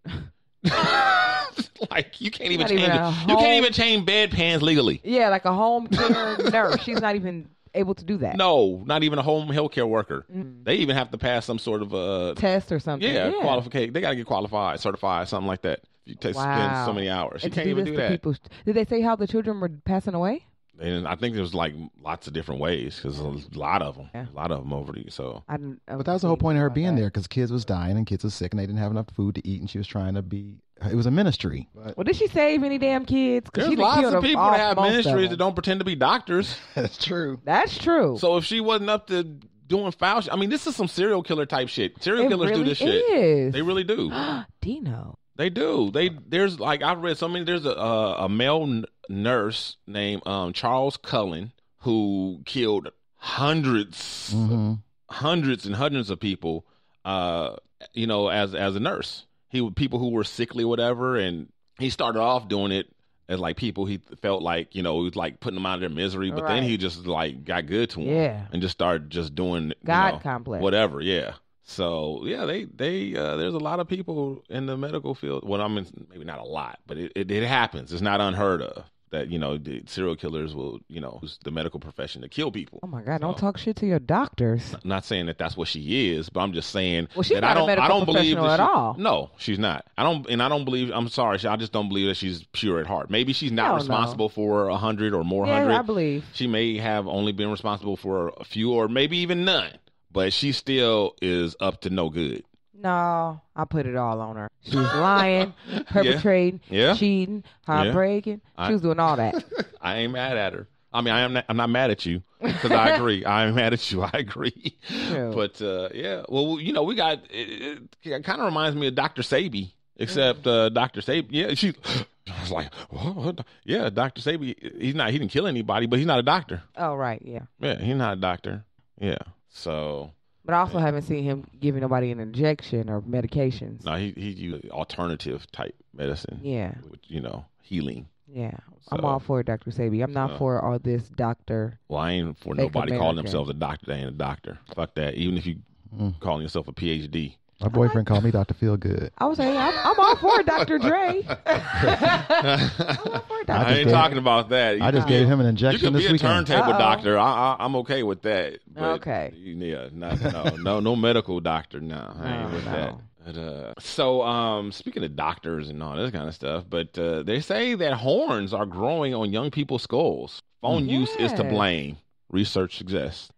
like you can't even Not change, even it. a you whole- can't even change bedpans legally. yeah, like a home care nurse. She's not even able to do that. No, not even a home healthcare worker. They even have to pass some sort of uh, test or something. yeah, qualification. They got to get qualified, certified, something like that. You take, spend Wow. so many hours. You And to can't do even this do to that. people- Did they say how the children were passing away? And I think there's like lots of different ways because a lot of them, Yeah. a lot of them over you. So I didn't. But that was the whole point of her being there because kids was dying and kids was sick and they didn't have enough food to eat and she was trying to be. It was a ministry. Well, did she save any damn kids? 'Cause there's she done lots killed of them people off, that have most of ministries them. that don't pretend to be doctors. (laughs) That's true. That's true. so if she wasn't up to doing foul, sh- I mean, this is some serial killer type shit. Serial it killers really do this shit. is. They really do. (gasps) Dino. They do. They there's like I've read so many. There's a a, a male n- nurse named um, Charles Cullen who killed 100s Mm. hmm hundreds and hundreds of people. Uh, you know, as as a nurse, he would people who were sickly, whatever, and he started off doing it as like people he felt like you know he was like putting them out of their misery, but then Right. he just like got good to them, Yeah. and just started just doing you God know, complex. whatever. Yeah. So yeah, they they uh, there's a lot of people in the medical field. Well, I mean, maybe not a lot, but it, it it happens. It's not unheard of that you know the serial killers will you know use the medical profession to kill people. Oh my God! Don't So- talk shit to your doctors. I'm not saying that that's what she is, but I'm just saying Well, she's that not I a don't. I medical don't believe professional that at she- all. No, she's not. I don't, and I don't believe. I'm sorry. I just don't believe that she's pure at heart. Maybe she's not Hell no. responsible for a hundred or more Yeah, hundred. I believe. She may have only been responsible for a few or maybe even none, but she still is up to no good. No, I put it all on her. She was (laughs) lying, perpetrating, Yeah. cheating, heartbreaking. I- She was doing all that. I ain't mad at her. I mean, I am. Not, I'm not mad at you because (laughs) I agree. I am mad at you. (laughs) I agree. True. But uh, yeah, well, you know, we got. It, it, it kind of reminds me of Doctor Sabi, except Mm-hmm. uh, Doctor Sabi. Yeah, she. (sighs) I was like, what? What? yeah, Doctor Sabi. He's not. He didn't kill anybody, but he's not a doctor. oh right, yeah. Yeah, he's not a doctor. Yeah. So But I also haven't seen him giving nobody an injection or medications. no, he he used alternative type medicine. Yeah, Which, you know, healing. yeah. So- I'm all for it, Doctor Sabi. I'm not for all this doctor. Well, I ain't for Fake nobody calling American. themselves a doctor. They ain't a doctor. Fuck that. Even if you Mm. calling yourself a PhD. My boyfriend called me Dr. Feelgood. I was saying I'm, I'm all for Doctor Dre. (laughs) I'm all for I Dr. just ain't gave- talking about that. You I just could gave be- him an You could injection be this a weekend. turntable Uh-oh. doctor. I, I, I'm okay with that. but, Okay. Yeah. Not, no. No. No medical doctor. No. I ain't No, with Oh, no. that. But, uh, so, um, speaking of doctors and all this kind of stuff, but uh, they say that horns are growing on young people's skulls. Phone use is to Mm-hmm. Yeah. blame. Research suggests.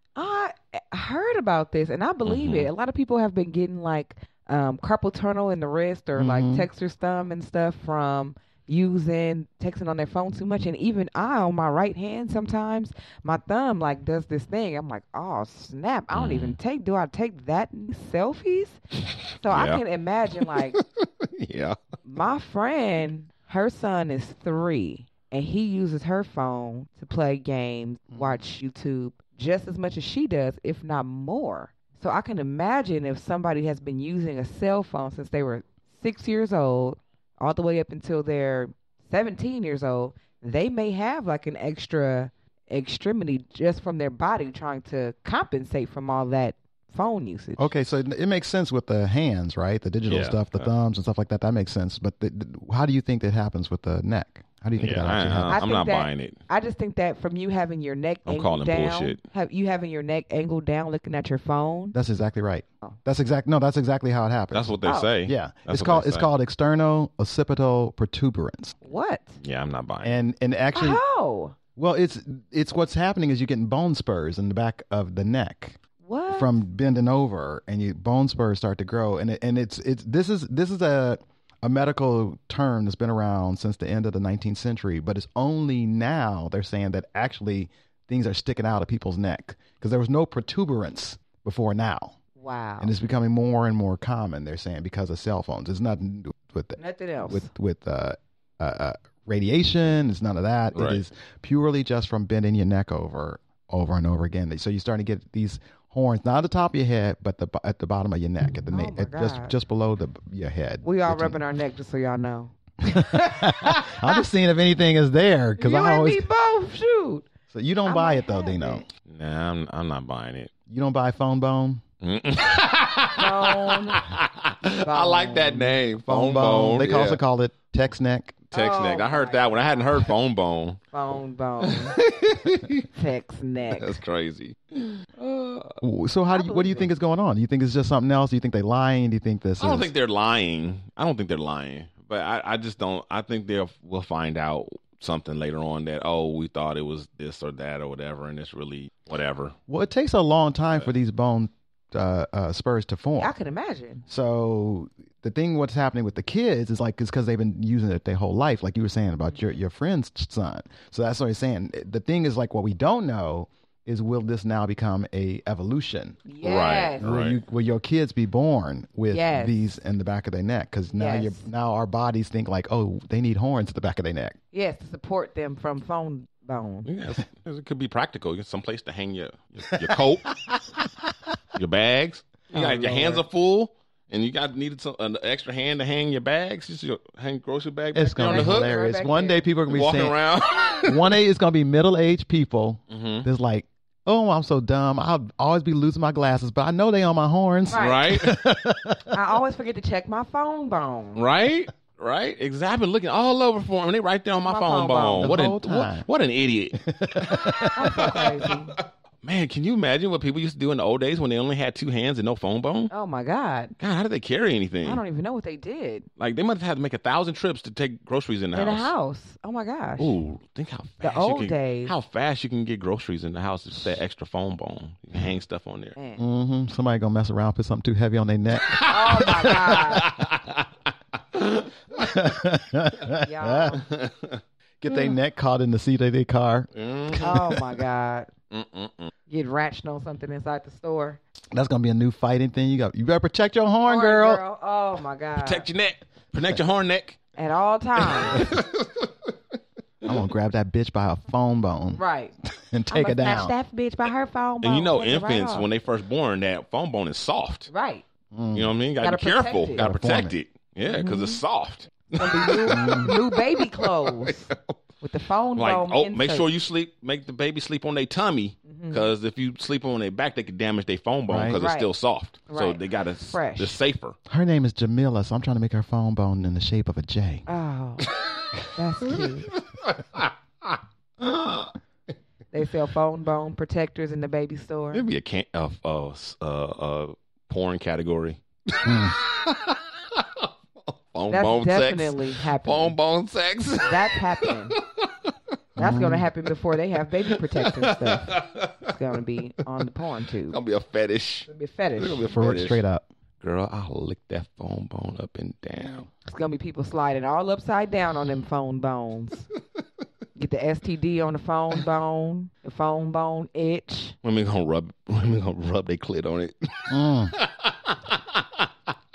I heard about this, and I believe it. A lot of people have been getting like um, carpal tunnel in the wrist or Mhm. like textures thumb and stuff from using texting on their phone too much. And even I, on my right hand, sometimes my thumb like does this thing. I'm like, oh snap! I don't even take. Do I take that many selfies? So Yeah. I can imagine like (laughs) Yeah. my friend, her son is three, and he uses her phone to play games, watch YouTube just as much as she does, if not more. So I can imagine if somebody has been using a cell phone since they were six years old, all the way up until they're 17 years old, they may have like an extra extremity just from their body trying to compensate from all that phone usage. Okay, so it it makes sense with the hands, right? The digital Yeah. stuff, the thumbs and stuff like that. That makes sense. But the, the- how do you think that happens with the neck? How do you think Yeah. that I, actually happens? am think not that- buying it. I just think that from you having your neck I'm angled calling down, bullshit. have you having your neck angled down, looking at your phone. That's exactly right. That's exact. No, that's exactly how it happens. That's what they Oh. say. Yeah, That's it's what called they it's say. called externo occipital protuberance, What? Yeah, I'm not buying it. and and actually, How? well, it's it's what's happening is you're getting bone spurs in the back of the neck What? from bending over, and your bone spurs start to grow, and it, and it's it's this is this is a a medical term that's been around since the end of the 19th century, but it's only now they're saying that actually things are sticking out of people's neck because there was no protuberance before now, wow. and it's becoming more and more common. They're saying because of cell phones, it's nothing to do with that Nothing else. with with uh, uh, uh, radiation. It's none of that. Right. It is purely just from bending your neck over over and over again. So you're starting to get these horns, not at the top of your head, but the bo- at the bottom of your neck, at the Oh na- my at just God. just below the your head. we all It's in- rubbing our neck just so y'all know. I'm just seeing if anything is there because you I and always. me (laughs) both. Shoot. So you don't I buy might it though, have Dino. it. Nah, I'm, I'm not buying it. You don't buy phone bone. Phone. I like that name. Phone bone. They yeah. also call it text neck. text Oh, neck. I heard my that one. I hadn't heard phone bone. Phone bone. (laughs) Text neck. That's crazy. Ooh, So how do you, what do you think is going on? Do you think it's just something else? Do you think they lying? Do you think this? I don't is, think they're lying. I don't think they're lying. But I, I just don't. I think they'll we'll find out something later on that oh we thought it was this or that or whatever and it's really whatever. Well, it takes a long time for these bone uh, uh, spurs to form. I can imagine. So the thing, what's happening with the kids is like it's because they've been using it their whole life, like you were saying about your your friend's son. So that's what I'm saying. The thing is like what we don't know is will this now become a evolution? Right. Yes. Will, Oh, you, will your kids be born with Yes. these in the back of their neck? Because now Yes. you now our bodies think like, oh, they need horns at the back of their neck. Yes. To support them from phone (laughs) bone. (laughs) Yeah, it's- it could be practical. You got someplace to hang your your, your coat, (laughs) your bags. You Oh, got, your hands are full, and you got needed some an extra hand to hang your bags. Just your hang grocery bag. It's back there gonna on the be hook, hilarious. Right back One there. day people are gonna be walking saying, around. (laughs) one day it's gonna be middle aged people Mhm. that's like, oh, I'm so dumb. I'll always be losing my glasses, but I know they on my horns. right, I always forget to check my phone bone. right, right. Exactly. Looking all over for them. They right there on my, My phone phone bone. bone. The What an whole time. what, what an idiot. (laughs) I'm so crazy. Man, can you imagine what people used to do in the old days when they only had two hands and no phone bone? Oh my God. God, how did they carry anything? I don't e even know what they did Like they must have had to make a thousand trips to take groceries in the in house. the house. Oh my gosh. Ooh, think how fast The you old can, days. How fast you can get groceries in the house with that extra phone bone. You can hang stuff on there. Man. hmm Somebody gonna mess around, put something too heavy on their neck. Oh my God. (laughs) Y'all. (laughs) Get their neck caught in the seat of their car. Oh my God. Mm-mm-mm. Get ratchet on something inside the store. That's gonna be a new fighting thing. You got you better protect your Horn horn, girl. Oh my God. Protect your neck. Protect your horn neck. At all times. (laughs) I'm gonna grab that bitch by her phone bone right. and take I'ma her down. Snatch that bitch by her phone. And you know, infants infants when they first born, that phone bone is soft. Right. You know what I mean? Gotta, Gotta be careful. protect it. Gotta Gotta form protect it. Yeah, because it's soft. Mm. Gonna be new, new baby clothes with the phone Like, bone. oh, insert. make sure you sleep. Make the baby sleep on their tummy, because if you sleep on their back, they could damage their phone bone Right. because it's Right. still soft. So Right. they gotta Fresh. They're safer. Her name is Jamila, so I'm trying to make her phone bone in the shape of a J. Oh, (laughs) that's cute. they sell phone bone protectors in the baby store. It'd be a can of uh, s- uh, uh, porn category. (laughs) phone That's bone sex. definitely happening. Phone bone sex. (laughs) Mm-hmm. (laughs) That's happening. That's gonna happen before they have baby protector stuff. it's gonna be on the porn tube. gonna be a fetish. It's gonna be a fetish. It's gonna be a For fetish. straight up. Girl, I'll lick that phone bone up and down. It's gonna be people sliding all upside down on them phone bones. Get the STD on the phone bone, the phone bone itch. Women gonna rub (laughs) women gonna rub their clit on it. (laughs) Mm.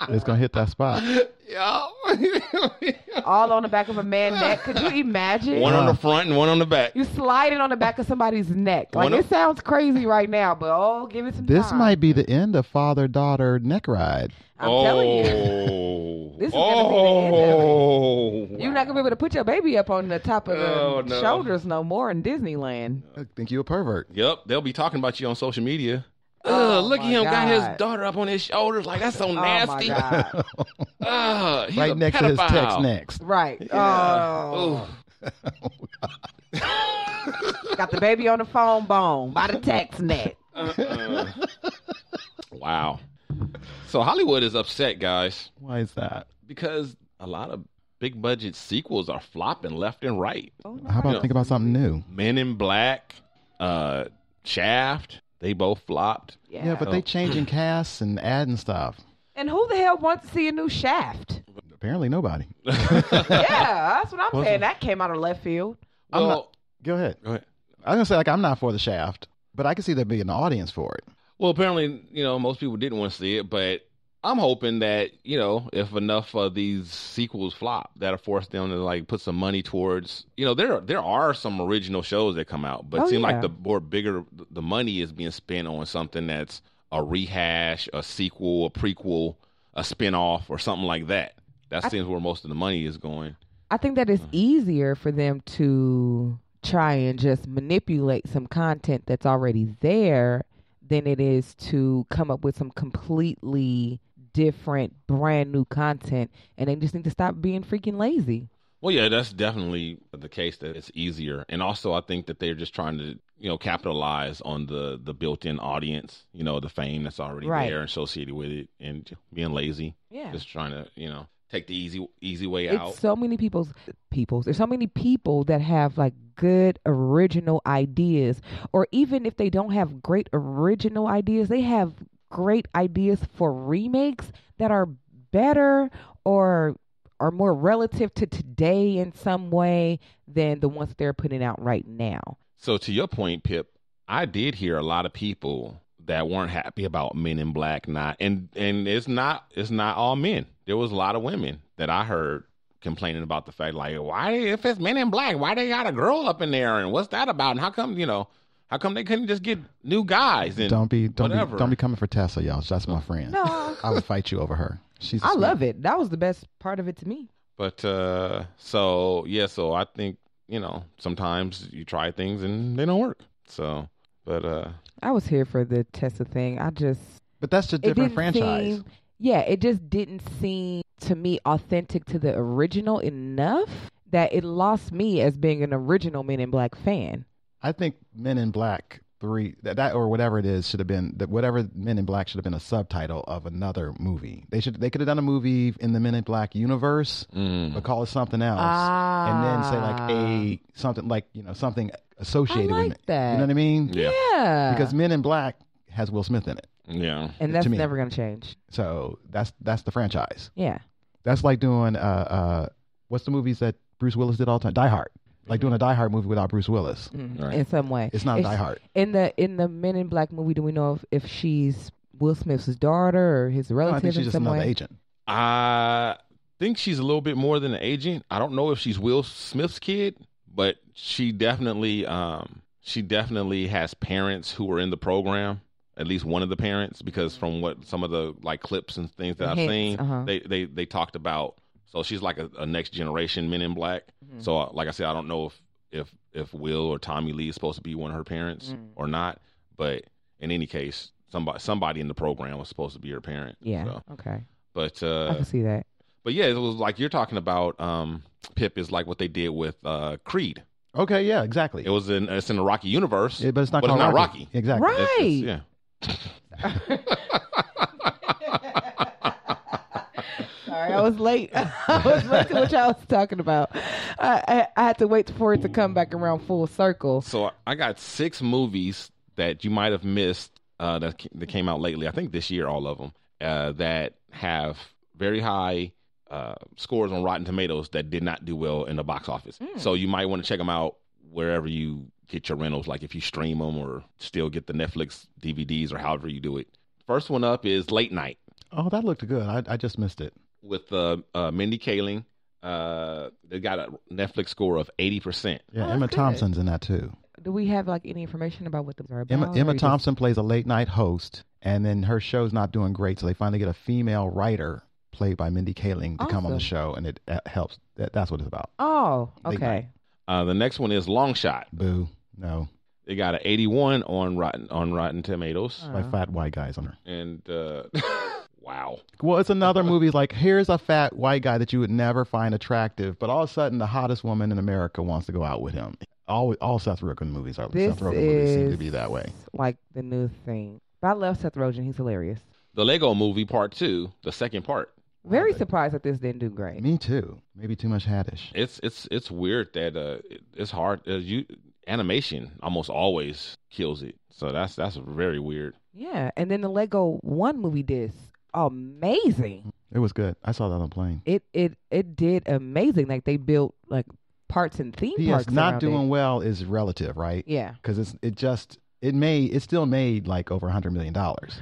it's gonna hit (laughs) that spot. yeah. (laughs) All on the back of a man's neck. Could you imagine? one on the front and one on the back. you slide it on the back of somebody's neck. Like One of- it sounds crazy right now, but oh, give it some This time. might be the end of father daughter neck ride. I'm oh. telling you. This is gonna be the end of it. oh. You're not gonna be able to put your baby up on the top of the Oh, no. shoulders no more in Disneyland. I think you a pervert. Yep, they'll be talking about you on social media. Oh, Ugh, look at my him got God. his daughter up on Ah. his shoulders like that's so nasty. Oh my (laughs) god! Ugh, he's a right next to his text pedophile. next. (laughs) Right. Oh. Ooh. (laughs) Got the baby on the phone bone by the tax (laughs) net. Wow. So Hollywood is upset, guys, Why is that? because a lot of big budget sequels are flopping left and right. How about think about something new? Men in Black, uh, Shaft, they both flopped. Yeah. Yeah, Oh. but they changing casts and adding stuff. and who the hell wants to see a (laughs) new shaft? Apparently nobody. yeah, that's what I'm saying. That came out of left field. Well, Go ahead. go ahead. I was gonna say like I'm not for the shaft, but I can see there being an audience for it. Well, apparently, you know, most people didn't want to see it, but I'm hoping that, you know, if enough of these sequels flop, that'll force them to like put some money towards, you know, there there are some original shows that come out, but Oh, it seems yeah. like the more bigger the money is being spent on something that's a rehash, a sequel, a prequel, a spin-off or something like that. That seems where most of the money is going. I think that it's easier for them to try and just manipulate some content that's already there than it is to come up with some completely different, brand new content. And they just need to stop being freaking lazy. Well, yeah, that's definitely the case that it's easier. And also I think that they're just trying to, you know, capitalize on the the built-in audience, you know, the fame that's already Right. there associated with it and being lazy, Yeah. just trying to, you know, take the easy easy way out. It's so many people's people's. There's so many people that have like good original ideas, or even if they don't have great original ideas, they have great ideas for remakes that are better or are more relative to today in some way than the ones they're putting out right now. So to your point, Pip, I did hear a lot of people that weren't happy about Men in Black not and and it's not it's not all men. There was a lot of women that I heard complaining about the fact like why if it's Men in Black, why they got a girl up in there and what's that about? And how come, you know, how come they couldn't just get new guys and Don't be don't whatever. be don't be coming for Tessa, y'all. That's my friend. No. I would fight you over her. She's I love it. That was the best part of it to me. But uh so yeah, so I think, you know, sometimes you try things and they don't work. So but uh I was here for the Tessa thing. I just But that's a It different didn't franchise. seem- yeah, it just didn't seem to me authentic to the original enough that it lost me as being an original Men in Black fan. I think Men in Black three that, that or whatever it is should have been that whatever Men in Black should have been a subtitle of another movie. They should they could have done a movie in the Men in Black universe, but Mm. call it something else, and then say like a something like you know something associated Ah. I like with it. that. You know what I mean? yeah. Yeah, Because Men in Black has Will Smith in it, Yeah. and that's to me. never gonna change. so that's that's the franchise. Yeah, That's like doing uh uh what's the movies that Bruce Willis did all the time? Die Hard. Like doing a Die Hard movie without Bruce Willis. Right. Mm-hmm. in some way, It's not Die Hard. In the in the Men in Black movie, do we know if, if she's Will Smith's daughter or his No, relative I think in she's just some another way? agent. I think she's a little bit more than an agent. I don't know if she's Will Smith's kid, but she definitely um she definitely has parents who are in the program. At least one of the parents, because from what some of the like clips and things that I've Hints, seen, uh-huh. they, they they talked about. So she's like a, a next generation Men in Black. So uh, like I said, I don't know if if if Will or Tommy Lee is supposed to be one of her parents or not. But in any case, somebody somebody in the program was supposed to be her parent. Yeah. So, Okay, but uh, I can see that. but yeah, it was like you're talking about. Um, Pip is like what they did with uh, Creed. Okay, yeah, exactly. It was in it's in the Rocky universe, Yeah, but it's not but it's called not Rocky. Rocky. Exactly. Right. It's- it's- yeah. Sorry, I was late. (laughs) I was late to what y'all was talking about. I, I I had to wait for it to come back around full circle. So I- I got six movies that you might have missed uh, that ca- that came out lately. I think this year, all of them uh, that have very high uh, scores on Rotten Tomatoes that did not do well in the box office. So you might want to check them out wherever you get your rentals, like if you stream them or still get the Netflix DVDs or however you do it. First one up is Late Night Oh, that looked good. I, I just missed it. with uh, uh, Mindy Kaling. Uh, they got a Netflix score of eighty percent. Yeah, Oh, that's Emma good. Thompson's in that too. Do we have like any information about what those are about? Emma, or Emma Oh, you just- Thompson plays a late night host, and then her show's not doing great, so they finally get a female writer played by Mindy Kaling to come on Awesome. the show, and it, that helps. That, that's what it's about. Oh, Late night. okay. Uh, the next one is Long Shot. Boo. No, They got an eighty-one on Rotten on Rotten Tomatoes, by Oh. fat white guys on her. and uh, (laughs) wow, Well, it's another movie like here's a fat white guy that you would never find attractive, but all of a sudden the hottest woman in America wants to go out with him. All all Seth Rogen movies are This Seth Rogen movies is seem to be that way. Like the new thing. But I love Seth Rogen. He's hilarious. the Lego Movie Part Two, the second part. Very surprised that this didn't do great. Me too. Maybe too much haddish. It's it's it's weird that uh, it- it's hard. Uh, you animation almost always kills it, so that's that's very weird. Yeah, and then the Lego One movie did s- amazing. It was good. I saw that on a plane. It it it did amazing. Like they built like parts and theme P.S. parks. Not around doing it. well is relative, right? Yeah, because it's it just it made it still made like over a hundred (laughs) million dollars.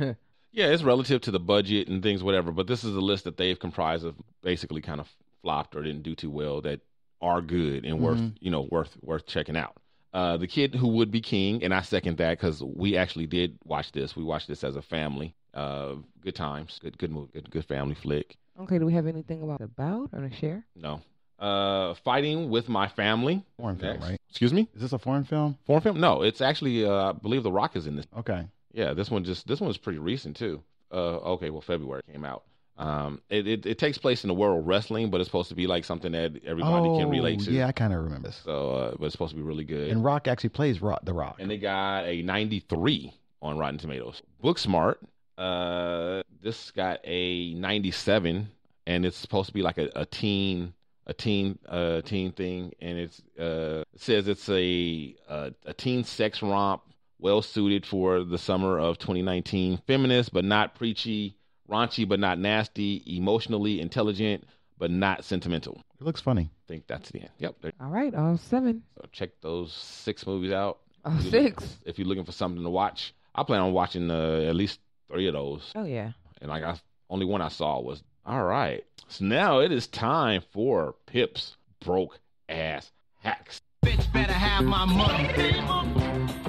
Yeah, it's relative to the budget and things, whatever. But this is a list that they've comprised of basically kind of flopped or didn't do too well that are good and worth Mm-hmm. you know worth worth checking out. Uh, the kid who would be king, and I second that because we actually did watch this. We watched this as a family. Uh, good times, good good movie, good, good family flick. Okay, do we have anything about about or to share? No, uh, fighting with my family. Foreign film, Next. right? Excuse me, Is this a foreign film? foreign film? No, it's actually uh, I believe The Rock is in this. Okay, Yeah, this one just this one's pretty recent too. Uh, okay, well February came out. Um, it, it it takes place in the world of wrestling, but it's supposed to be like something that everybody can relate to. Oh, Yeah, I kind of remember this. So, uh, but it's supposed to be really good. And Rock actually plays Rock, the Rock. And they got a 93 on Rotten Tomatoes. Booksmart, uh, this got a 97, and it's supposed to be like a, a teen, a teen, uh, teen thing. And it's uh, it says it's a, a a teen sex romp, well suited for the summer of 2019. Feminist, but not preachy. Raunchy, but not nasty. Emotionally intelligent, but not sentimental. I it looks funny. think that's the end. Yep. there- All right, all seven. so check those six movies out. Oh, If you're looking- six. If you're looking for something to watch, I plan on watching uh, at least three of those. Oh yeah. And like I only one I saw was all right. So now it is time for Pips broke ass hacks. Bitch better have my money.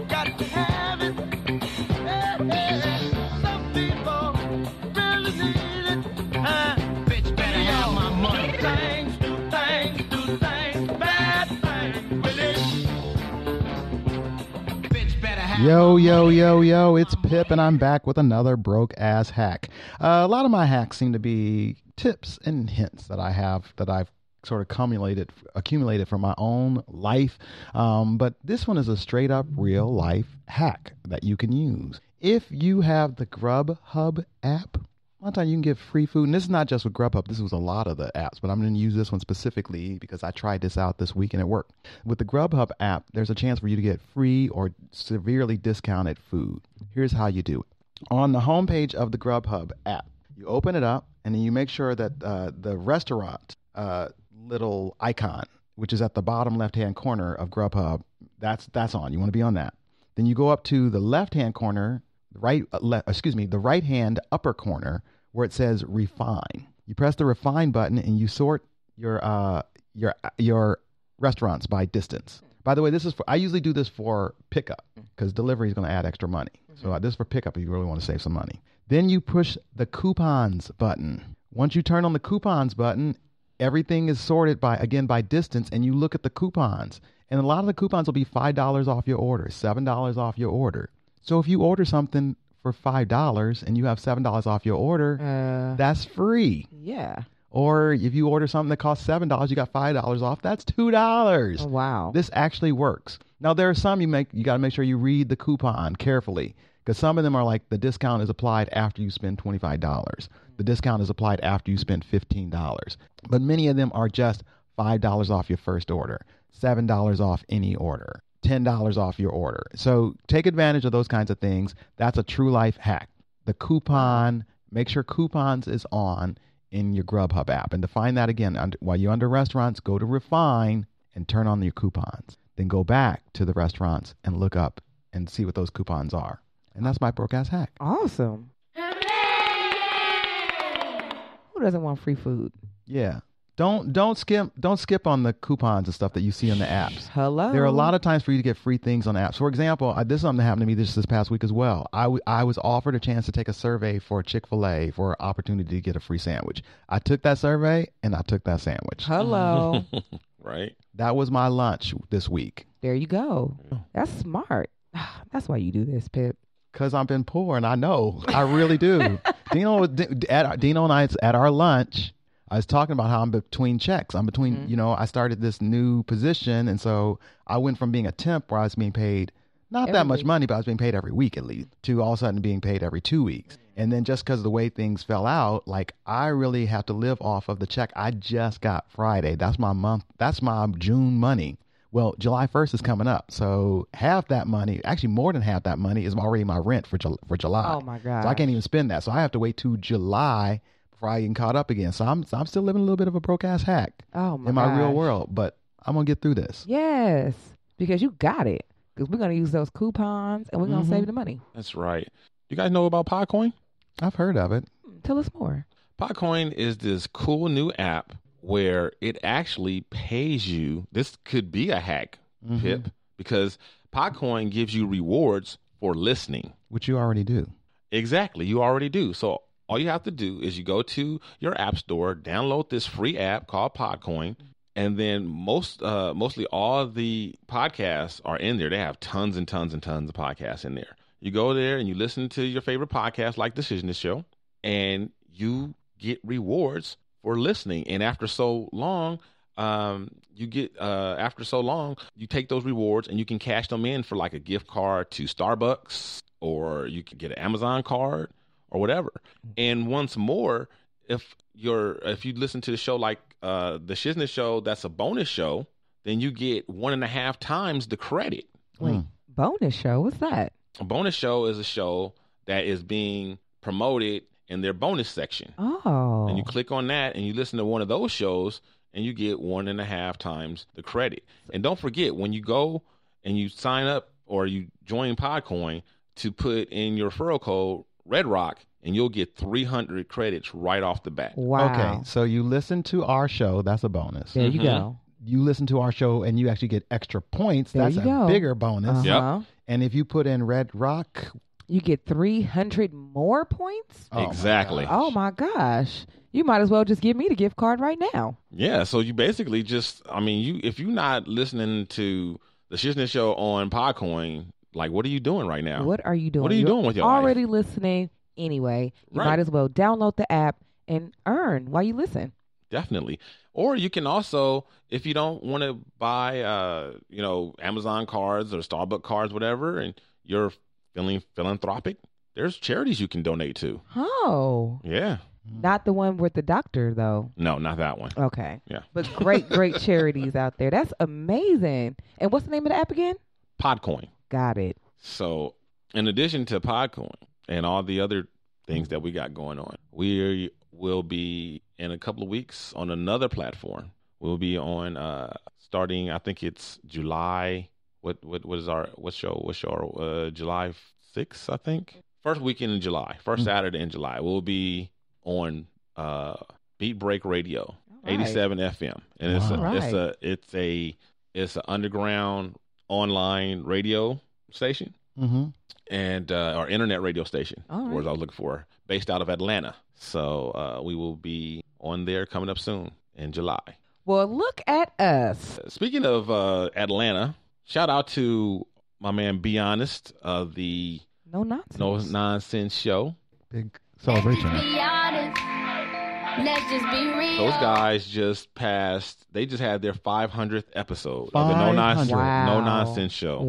Got to have it. Yeah, yeah. Some people really need it. Huh? Bitch better have my money. Do things, do things, do things, bad things with it. Bitch better have Yo, yo, yo, yo, it's Pip, and I'm back with another broke ass hack. Uh, a lot of my hacks seem to be tips and hints that I have that I've sort of accumulated accumulated from my own life. Um, but this one is a straight up real life hack that you can use. If you have the Grubhub app, a lot of time you can get free food, and this is not just with Grubhub. This was a lot of the apps, but I'm going to use this one specifically because I tried this out this week and it worked. With the Grubhub app, there's a chance for you to get free or severely discounted food. Here's how you do it: on the homepage of the Grubhub app, you open it up, and then you make sure that uh, the restaurant uh, little icon, which is at the bottom left-hand corner of Grubhub, that's that's on. You want to be on that. Then you go up to the left-hand corner, right, uh, le- excuse me, the right-hand upper corner where it says refine. You press the refine button and you sort your uh, your your restaurants by distance. By the way, this is for I usually do this for pickup because delivery is going to add extra money. So uh, this is for pickup if you really want to save some money. Then you push the coupons button. Once you turn on the coupons button, everything is sorted by again by distance and you look at the coupons and a lot of the coupons will be $5 off your order $7 off your order so if you order something for $5 and you have $7 off your order Uh, that's free yeah. or if you order something that costs $7 you got $5 off that's $2 Oh, wow. this actually works. Now there are some you make you got to make sure you read the coupon carefully because some of them are like the discount is applied after you spend twenty five dollars. The discount is applied after you spend fifteen dollars. But many of them are just five dollars off your first order, seven dollars off any order. $10 off your order. So take advantage of those kinds of things. That's a true life hack. The coupon, make sure coupons is on in your Grubhub app. And to find that again, under, while you're under restaurants, go to Refine and turn on your coupons. Then go back to the restaurants and look up and see what those coupons are. And that's my broke ass hack. Awesome. Who doesn't want free food? Yeah. Don't don't skip don't skip on the coupons and stuff that you see on the apps. Hello. There are a lot of times for you to get free things on apps. For example, I, this is something that happened to me this this past week as well. I, w- I was offered a chance to take a survey for Chick fil A for an opportunity to get a free sandwich. I took that survey and I took that sandwich. (laughs) Hello. right? That was my lunch this week there you go. That's smart. (sighs) That's why you do this, Pip. because I've been poor and I know I (laughs) really do. Dino D- at Dino and I at our lunch. I was talking about how I'm between checks. I'm between, Mm-hmm. you know, I started this new position, and so I went from being a temp where I was being paid not that Every much week. money, but I was being paid every week at least, to all of a sudden being paid every two weeks. And then just because of the way things fell out, like I really have to live off of the check I just got Friday. That's my month. That's my June money. Well, July 1st is coming up. So half that money, actually more than half that money, is already my rent for, Jul for July. Oh, my So I gosh. can't even spend that. So I have to wait to July before I get caught up again. So I'm, so I'm still living a little bit of a broke ass hack Oh my in my real gosh. world, but I'm going to get through this. Yes, because you got it. Because we're gonna use those coupons and we're Mm-hmm. gonna save the money. That's right. You guys know about Podcoin? I've heard of it. Tell us more. Podcoin is this cool new app where it actually pays you. This could be a hack, Pip, because Podcoin gives you rewards for listening. which you already do. Exactly. You already do. So all you have to do is you go to your app store, download this free app called Podcoin, and then most uh mostly all the podcasts are in there. They have tons and tons and tons of podcasts in there. You go there and you listen to your favorite podcast like Decision to Show, and you get rewards for listening. And after so long, um, you get uh after so long, you take those rewards and you can cash them in for like a gift card to Starbucks or you can get an Amazon card or whatever. And once more, if you're if you listen to the show like uh the Shiznit show, that's a bonus show, then you get one and a half times the credit. Wait, bonus show. What's that? A bonus show is a show that is being promoted in their bonus section. Oh, And you click on that and you listen to one of those shows and you get one and a half times the credit. And don't forget when you go and you sign up or you join Podcoin to put in your referral code Red Rock and you'll get 300 credits right off the bat. wow. Okay, so you listen to our show. That's a bonus. There you go. You listen to our show and you actually get extra points. There that's you a go. bigger bonus. Mm-hmm. Yep. Uh-huh. And if you put in Red Rock, You get three hundred more points. oh my exactly. Oh my gosh! You might as well just give me the gift card right now. Yeah, so you basically just I mean, you if you're not listening to the Shiznit show on Podcoin, like what are you doing right now? What are you doing? What are you You're doing with your life? already listening anyway. You Right. might as well download the app and earn while you listen. definitely or you can also if you don't want to buy uh you know amazon cards or starbucks cards whatever and you're feeling philanthropic there's charities you can donate to Oh, yeah not the one with the doctor though. no not that one Okay. Yeah. But great, (laughs) great charities out there. That's amazing. And what's the name of the app again? podcoin Got it. so in addition to podcoin and all the other things that we got going on we will be in a couple of weeks on another platform we'll be on uh starting i think it's july what what what is our what show what's our uh july 6th i think first weekend in july 1st saturday in july we'll be on uh beat break radio right. 87 fm and it's Wow. a, it's Right. a it's a it's an underground online radio station Mhm. and uh, our internet radio station, All right. words I was looking for, based out of Atlanta. So uh, we will be on there coming up soon in July. Well, look at us. Speaking of uh, Atlanta, shout out to my man Be Honest, uh, the No nonsense. No Nonsense Show. big celebration. Be honest. Let's just be real. Those guys just passed. They just had their 500th episode of the No 500. Nonsense, Wow. no Nonsense Show.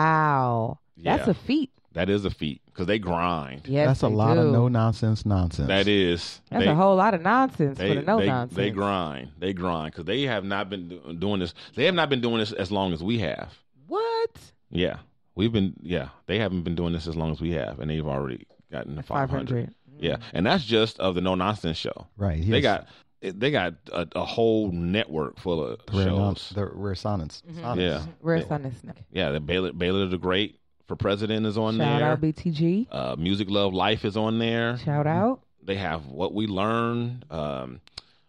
Wow. That's Yeah. a feat. That is a feat because they grind. Yes, that's a they lot do. of no nonsense nonsense. That is. That's they- a whole lot of nonsense They, for the no they, nonsense. they grind. They grind because they have not been do- doing this. They have not been doing this as long as we have. What? Yeah, we've been. Yeah, they haven't been doing this as long as we have, and they've already gotten to five 500. hundred. Yeah, and that's just of the no nonsense show. Right, They yes. got they got a, a whole network full of Rare, shows. non, the rare sonnets. Mm-hmm. Yeah, Rare Yeah. Sonnets, no. Yeah, the Baylor Baylor the Great for president is on Shout there. out BTG. uh, Music Love Life is on there. Shout out. They have what we learned. Um,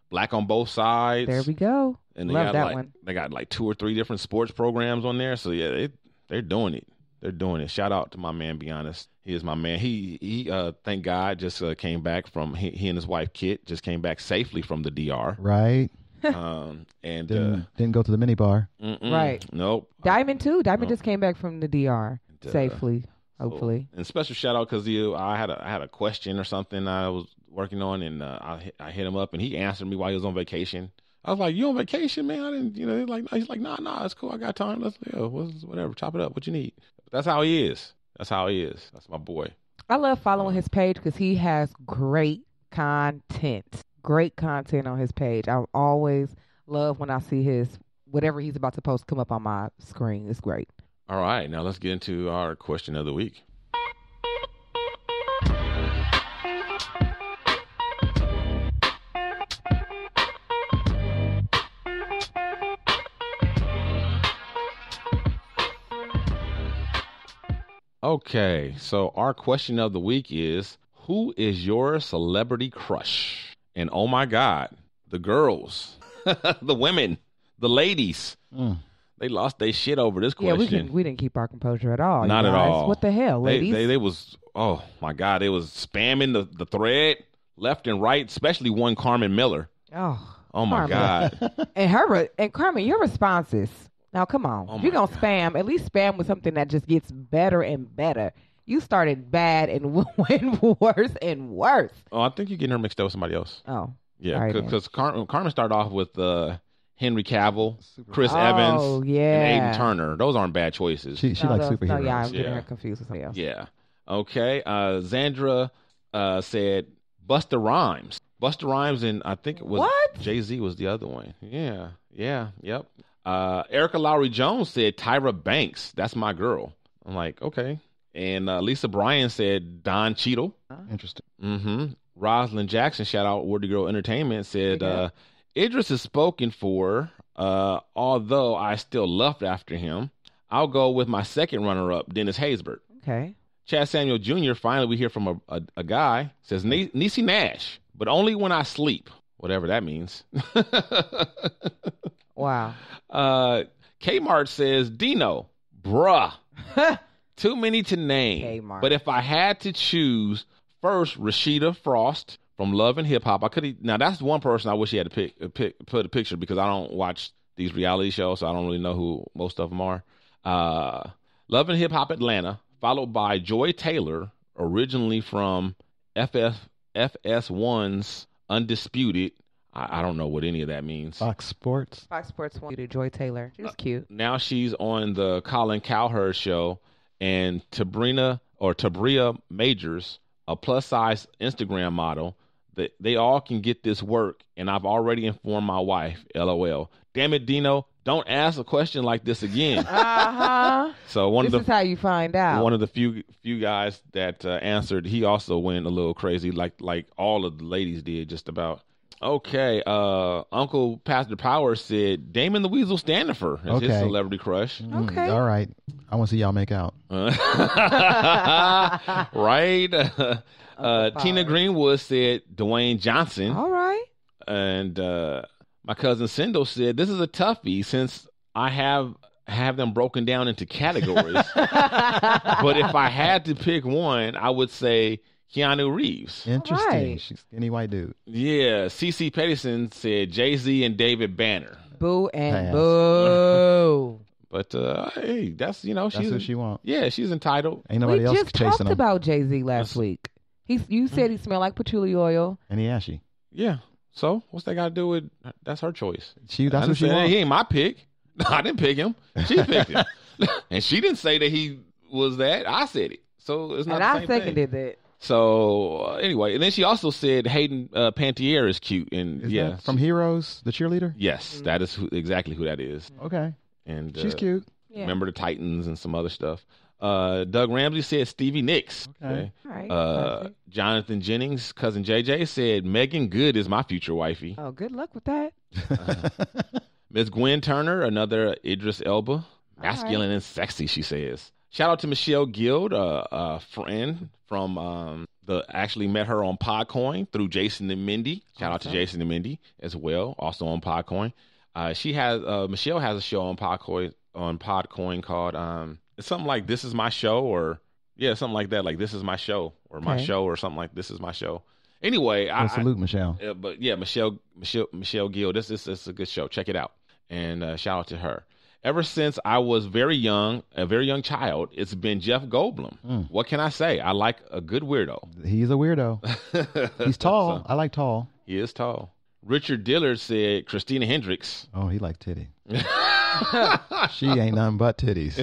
Black on both sides. There we go. And they Love got that like, one. They got like two or three different sports programs on there. So yeah, they they're doing it. They're doing it. Shout out to my man. Be honest, he is my man. He he. Uh, thank God, just uh, came back from he, he and his wife Kit just came back safely from the (laughs) DR. Right. um and Didn't, uh, didn't go to the mini bar. mm-mm, Right. Nope. Diamond too. Diamond No. just came back from the DR uh, safely, Oh. So- hopefully. and special shout out because you, I had a, I had a question or something I was working on, and uh, I hit- I hit him up, and he answered me while he was on vacation. I was like, "You on vacation, man?" I didn't, you know. He's like, "He's like, nah, nah, it's cool. I got time. Let's, yeah, what's- whatever. Chop it up. What you need." But that's how he is. That's how he is. That's my boy. I love following his page because he has great content. Great content on his page. I always love when I see his whatever he's about to post come up on my screen. It's great. All right, now let's get into our question of the week. Okay, so our question of the week is Who is your celebrity crush? And oh my God, the girls, (laughs) the women, the ladies, Mm. they lost their shit over this Yeah, question. we can we didn't keep our composure at all. you Not at guys. all. What the hell, They- ladies? They, they, was oh my god, they was spamming the, the thread left and right, especially one Carmen Miller. oh, Oh my Carmen. god. (laughs) and her re- and Carmen, your responses. Now come on, Oh you're gonna spam. At least spam with something that just gets better and better. You started bad and (laughs) went worse and worse. Oh, I think you're getting her mixed up with somebody else. Oh, Yeah, Sorry, man. because Carmen, Carmen started off with uh, Henry Cavill, Chris Oh, Evans, yeah. and Aiden Turner. Those aren't bad choices. She she No, likes those- superheroes. No, yeah, I'm getting Yeah. her confused with something else. yeah. Okay. Uh, Zandra uh, said Buster Rhymes. Buster Rhymes and I think it was What? Jay Z was the other one. Yeah. Yeah. Yep. Uh, Erica Lowry Jones said Tyra Banks. That's my girl. I'm like, okay. And uh, Lisa Bryan said Don Cheadle. Interesting. Mm-hmm. Rosalind Jackson, shout out Worthy Girl Entertainment, said Yeah. uh, Idris is spoken for, uh, although I still left after him. I'll go with my second runner up, Dennis Haysbert. Okay. Chad Samuel Jr., finally we hear from a, a, a guy, says "Ne- Niecy Nash, but only when I sleep, whatever that means. (laughs) Wow. uh, Kmart says, Dino, bruh, too many to name. Kmart. But if I had to choose first, Rashida Frost from Love and Hip Hop, I could. Now that's one person I wish he had to pick, uh, pick put a picture because I don't watch these reality shows, so I don't really know who most of them are. Uh, Love and Hip Hop Atlanta, followed by Joy Taylor, originally from FF FS1's Undisputed. I, I don't know what any of that means. Fox Sports. Fox Sports wanted Joy Taylor. She was cute. now she's on the Colin Cowherd show, and Tabrina or Tabria Majors, a plus size Instagram model. That they all can get this work, and I've already informed my wife. LOL. Damn it, Dino! Don't ask a question like this again. (laughs) Uh (laughs) huh. so one this of is the how you find out. one of the few few guys that uh, answered, he also went a little crazy, like like all of the ladies did, just about. Okay, uh, Uncle Pastor Power said Damon the Weasel Standifer is his Okay. celebrity crush. Mm, Okay. all right. I want to see y'all make out. Uh, (laughs) right? (laughs) Uh, Tina Greenwood said Dwayne Johnson. Oh. All right. And uh, my cousin Sindel said, This is a toughie since I have have them broken down into categories. (laughs) but if I had to pick one, I would say Keanu Reeves. Interesting. right. She's skinny white dude. Yeah. CC Pettison said Jay Z and David Banner. Boo and (laughs) Pass. boo. But uh, hey, that's, you know, That's she's. what she want. yeah, she's entitled. Ain't we nobody else just chasing talked him. about Jay Z last week. He, Mm-hmm. you said he smelled like patchouli oil. and he ashy. Yeah. So what's that got to do with that's her choice? She. I That's what she didn't say- want. He ain't my pick. (laughs) I didn't pick him. She picked (laughs) him, and she didn't say that he was that. I said it, so it's not. And the I same thing. seconded it. So uh, anyway, and then she also said Hayden uh, Pantier is cute, and Is yeah, that from Heroes, the cheerleader. Mm-hmm. yes, that is who, exactly who that is, Okay. and She's uh, cute. Yeah. Remember the Titans and some other stuff. Uh, Doug Ramsey said Stevie Nicks. Okay. All right. Uh, Jonathan Jennings, cousin JJ said Megan Good is my future wifey. Oh, good luck with that. Miss Gwen Turner, another Idris Elba, masculine and sexy. She says. Shout out to Michelle Guild, a, a friend from um, the actually met her on Podcoin through Jason and Mindy. Shout out to Jason and Mindy as well, also on Podcoin. Uh, she has uh, Michelle has a show on Podcoin on Podcoin called um, it's something like "This Is My Show" or yeah, something like that. Like "This Is My Show" or "My Okay. Oh, Show" or something like "This Is My Show." Anyway, I, Well, I- salute, Michelle. uh, but yeah, Michelle Michelle Michelle Gill. This is this is a good show. Check it out and uh, shout out to her. Ever since I was very young, a very young child, it's been Jeff Goldblum. Mm. What can I say? I like a good weirdo. He's (laughs) a weirdo. He's tall. I like tall. He is tall. Richard Dillard said Christina Hendricks. Oh, he like (laughs) titty. she ain't nothing but titties.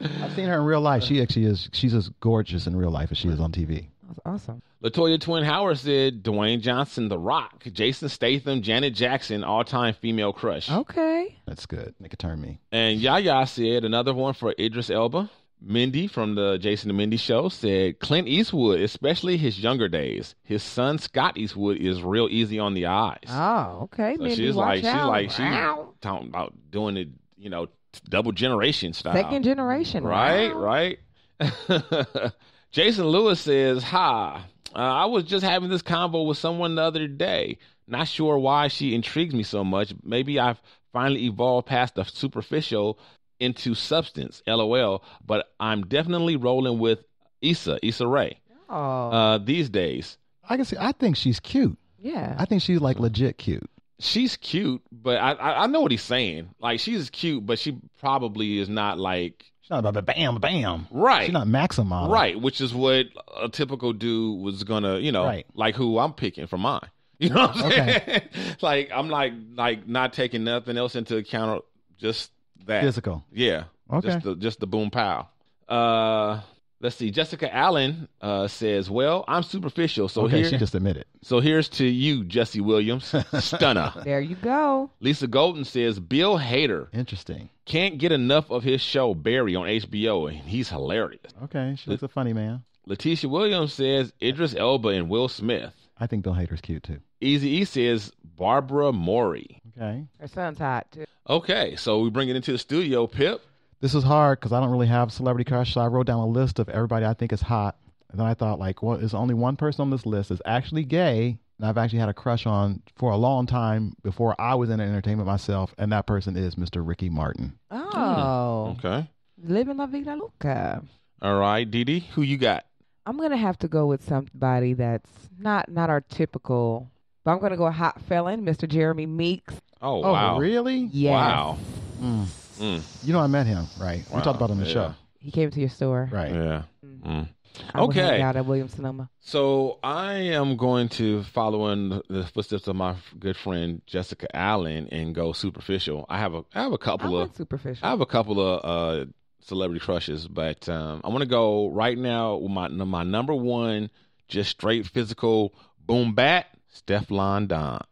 I've seen her in real life. She actually is. She's as gorgeous in real life as she is on TV. That's awesome. Latoya Twin Howard said Dwayne Johnson, The Rock, Jason Statham, Janet Jackson, all time female crush. Okay. That's good. It could turn me. And Yaya said another one for Idris Elba. Mindy from the Jason and Mindy show said Clint Eastwood, especially his younger days. His son Scott Eastwood is real easy on the eyes. Oh, okay. So Mindy, she's watch like she's out. like she's Wow. talking about doing it, you know, double generation style. Second generation. Right, Wow. right. (laughs) Jason Lewis says, "Hi, uh, I was just having this convo with someone the other day. Not sure why she intrigues me so much. Maybe I've finally evolved past the superficial into substance. LOL. But I'm definitely rolling with Issa, Issa Rae, Oh, uh, these days. I can see. I think she's cute. yeah. I think she's like legit cute. She's cute, but I, I I know what he's saying. Like she's cute, but she probably is not like She's not about to bam bam. right. She's not Maxim model. Right, which is what a typical dude was gonna, you know, Right. like who I'm picking for mine. (laughs) You know what I'm saying? (laughs) Okay. like I'm like like not taking nothing else into account, just that. Physical. Yeah. Okay. Just the just the boom pow. Uh let's see. Jessica Allen uh says, Well, I'm superficial, so okay. here She just admitted. so here's to you, Jesse (laughs) Williams. Stunner. There you go. Lisa Golden says, Bill Hader Interesting. can't get enough of his show Barry on HBO and he's hilarious. Okay. She was a funny man. Letitia Williams says Idris Elba and Will Smith. I think Bill Hader's cute too. Easy E says Barbara Maury. Okay. Her son's hot too. Okay, so we bring it into the studio, Pip. This was hard because I don't really have celebrity crush. So I wrote down a list of everybody I think is hot. And then I thought, like, well, there's only one person on this list that's actually gay. And I've actually had a crush on for a long time before I was in entertainment myself. And that person is Mr. Ricky Martin. Hmm. Oh, Okay. living la vida loca. All right, Dee Dee, who you got? I'm gonna have to go with somebody that's not not our typical. But I'm gonna go hot felon, Mr. Jeremy Meeks. Oh, wow. really? Yes. Wow. Mm. Mm. You know, I met him, right? We Wow, talked about him on the yeah. show, He came to your store. right? Yeah. Mm. I would hang Okay. Out at Williams Sonoma. So I am going to follow in the footsteps of my good friend Jessica Allen and go superficial. I have a I have a I couple of went superficial. I have a couple of uh, celebrity crushes, but um, I want to go right now with my my number one, just straight physical boom bat, Stefflon Don.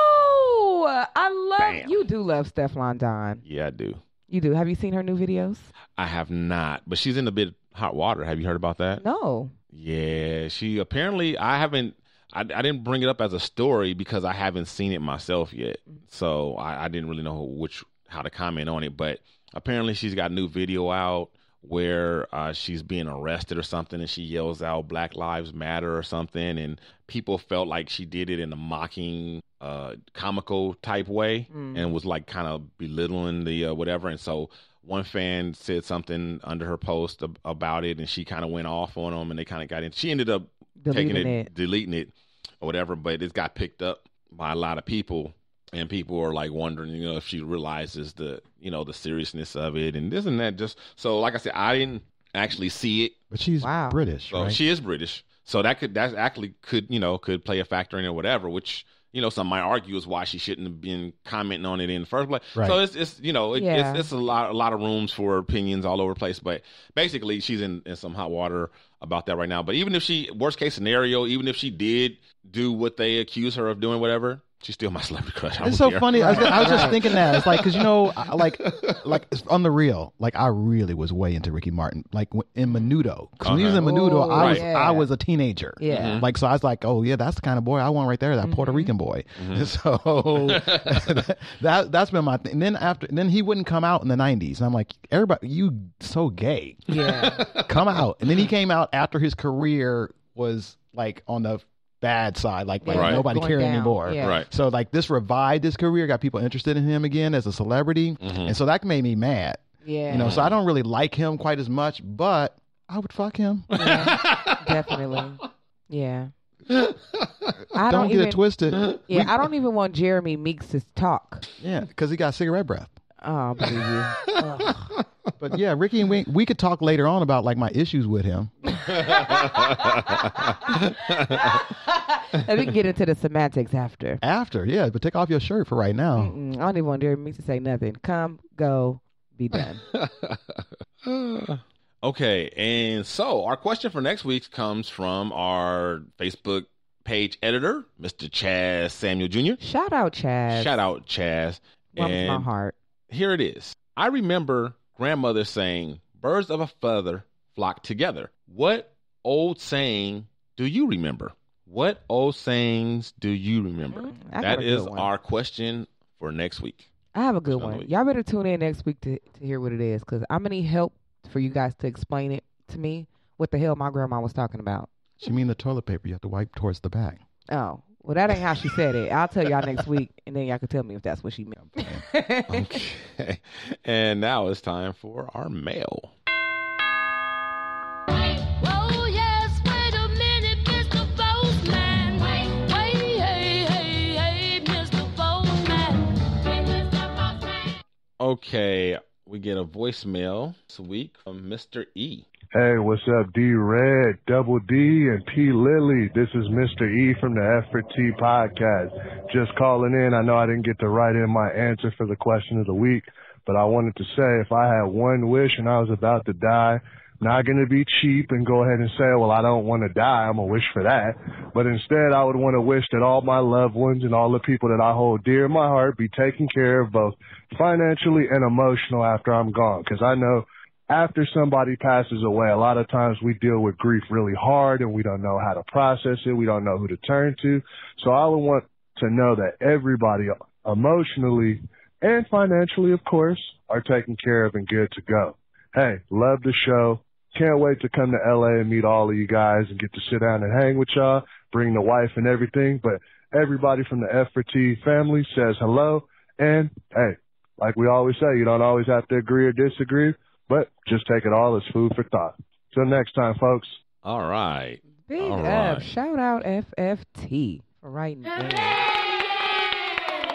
oh, I love Bam. you. Do love Stefflon Don? Yeah, I do. You do. Have you seen her new videos? I have not, but she's in a bit of hot water. Have you heard about that? No. Yeah, she apparently I haven't. I, I didn't bring it up as a story because I haven't seen it myself yet, so I, I didn't really know which how to comment on it. But apparently, she's got a new video out where uh, she's being arrested or something, and she yells out "Black Lives Matter" or something, and people felt like she did it in a mocking, uh, comical type way, Mm. and was like kind of belittling the uh, whatever, and so one fan said something under her post ab- about it, and she kind of went off on them, and they kind of got in. She ended up Deleting taking it. deleting it, or whatever. But it got picked up by a lot of people, and people are like wondering, you know, if she realizes the, you know, the seriousness of it, and this and that. Just so, like I said, I didn't actually see it. But she's Wow. British, So right? she is British, so that could that actually could you know could play a factor in it, or whatever. Which you know some might argue is why she shouldn't have been commenting on it in the first place. Right. So it's it's you know it, Yeah. it's it's a lot a lot of rooms for opinions all over the place. But basically, she's in, in some hot water about that right now. But even if she worst case scenario, even if she did do what they accuse her of doing, whatever, She's still my (laughs) celebrity crush. I It's so don't care. funny. I was, I (laughs) was just thinking that. It's like because you know, I- like, like it's on the real, like I really was way into Ricky Martin. Like when- in Menudo, because when he was in Uh-huh. Menudo, Oh, I was right. I was a teenager. Yeah. Mhm. Like so, I was like, oh yeah, that's the kind of boy I want right there, that Puerto Rican boy. (laughs) So (laughs) that that's been my thing. And then after, and then he wouldn't come out in the '90s, and I'm like, everybody, you so gay. Mm-hmm. Yeah. (laughs) come out. And then he came out after his career was like on the bad side, like, like Yeah, Right. nobody going cared down. anymore. Yeah. Right. So like this revived his career, got people interested in him again as a celebrity, and so that made me mad. Yeah. You know, so I don't really like him quite as much, but I would fuck him. Definitely. (laughs) Yeah. Don't I don't get even, it twisted. Yeah, We- I don't even want Jeremy Meeks to talk. Yeah, because he got cigarette breath. Oh, believe (laughs) you. But yeah, Ricky and we we could talk later on about like my issues with him. And we can get into the semantics after. After, yeah, but take off your shirt for right now. Mm, I don't even want Jeremy Meeks to say nothing. Come, go, (laughs) be done. Uh. Okay, and so our question for next week comes from our Facebook page editor, Mr. Chaz Samuel Jr. Shout out, Chaz. Shout out, Chaz. Warms my heart. Here it is. I remember grandmother saying, "Birds of a feather flock together." What old saying do you remember? What old sayings do you remember? Mm, I got that a good is one. our question for next (laughs) week. I have a good Sound one. like- Y'all better tune in next week to, to hear what it is because I'm going to need help for you guys to explain it to me what the hell my grandma was talking about. She mean the toilet paper you have to wipe towards the back. Oh, well, that ain't how she said it. I'll tell y'all next week and then y'all can tell me if that's what she meant. Okay. (laughs) and now it's time for our mail. Oh yes, wait a minute, Mr. Postman. Wait, wait, hey, hey, hey, Mr. Postman. Hey, Mr. Postman. Okay, we get a voicemail this week from Mr. E. Hey, what's up, D Red, Double D, and P Lily? This is Mr. E from the F for T podcast. Just calling in. I know I didn't get to write in my answer for the question of the week, but I wanted to say if I had one wish and I was about to die, not going to be cheap and go ahead and say, well, I don't want to die. I'm going to wish for that. But instead, I would want to wish that all my loved ones and all the people that I hold dear in my heart be taken care of both financially and emotional after I'm gone. Cause I know after somebody passes away, a lot of times we deal with grief really hard and we don't know how to process it. We don't know who to turn to. So I would want to know that everybody emotionally and financially, of course, are taken care of and good to go. Hey, love the show. Can't wait to come to LA and meet all of you guys and get to sit down and hang with y'all, bring the wife and everything. But everybody from the F for T family says hello. And hey, like we always say, you don't always have to agree or disagree, but just take it all as food for thought. Till next time, folks. All right. (laughs) Big All up. right. Shout out FFT for writing in.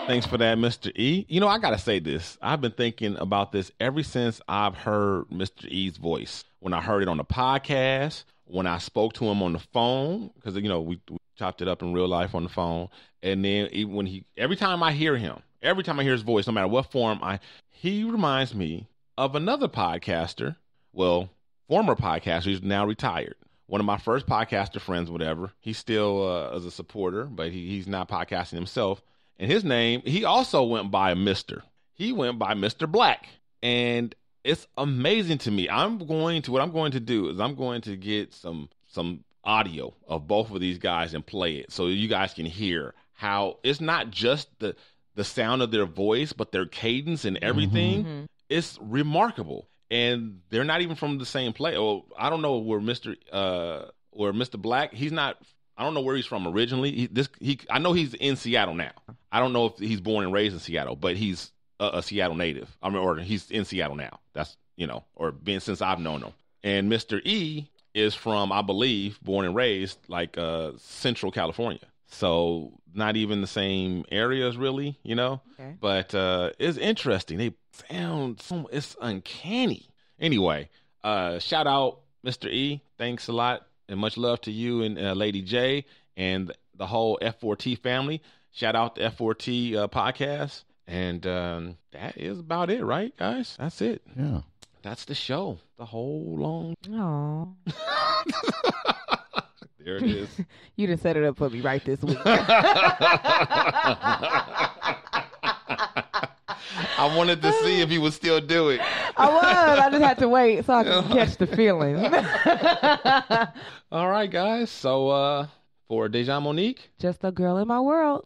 Thanks for that, Mr. E. You know, I got to say this. I've been thinking about this ever since I've heard Mr. E's voice. When I heard it on the podcast, when I spoke to him on the phone, because, you know, we, we chopped it up in real life on the phone. And then even when he, every time I hear him, every time I hear his voice, no matter what form, I, he reminds me of another podcaster. Well, former podcaster, he's now retired. One of my first podcaster friends, whatever. He still uh, is a supporter, but he, he's not podcasting himself and his name he also went by Mister. He went by Mister Black, and it's amazing to me. I'm going to what I'm going to do is I'm going to get some some audio of both of these guys and play it so you guys can hear how it's not just the the sound of their voice but their cadence and everything. Mm-hmm. It's remarkable, and they're not even from the same place. Well, I don't know where Mister uh where Mister Black. He's not. I don't know where he's from originally. He, this he. I know he's in Seattle now. I don't know if he's born and raised in Seattle, but he's a, a Seattle native. I mean, or he's in Seattle now. That's you know, or been since I've known him. And Mister E is from, I believe, born and raised like uh Central California. So not even the same areas really, you know. Okay. But uh it's interesting. They sound so it's uncanny. Anyway, uh shout out Mr. E. Thanks a lot and much love to you and uh, Lady J and the whole F4T family. Shout out the F4T uh, podcast. And um, that is about it, right, guys? That's it. Yeah. That's the show. The whole long Aw. (laughs) There it is. (laughs) you done set it up for me right this week. (laughs) I wanted to see if he would still do it. I was. I just had to wait so (laughs) I could catch the feeling. (laughs) All right, guys. So uh for Deja Monique, Just a girl in my world.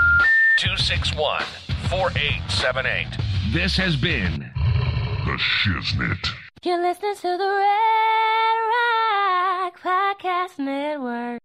261 4878. This has been The Shiznit. You're listening to the Red Rock Podcast Network.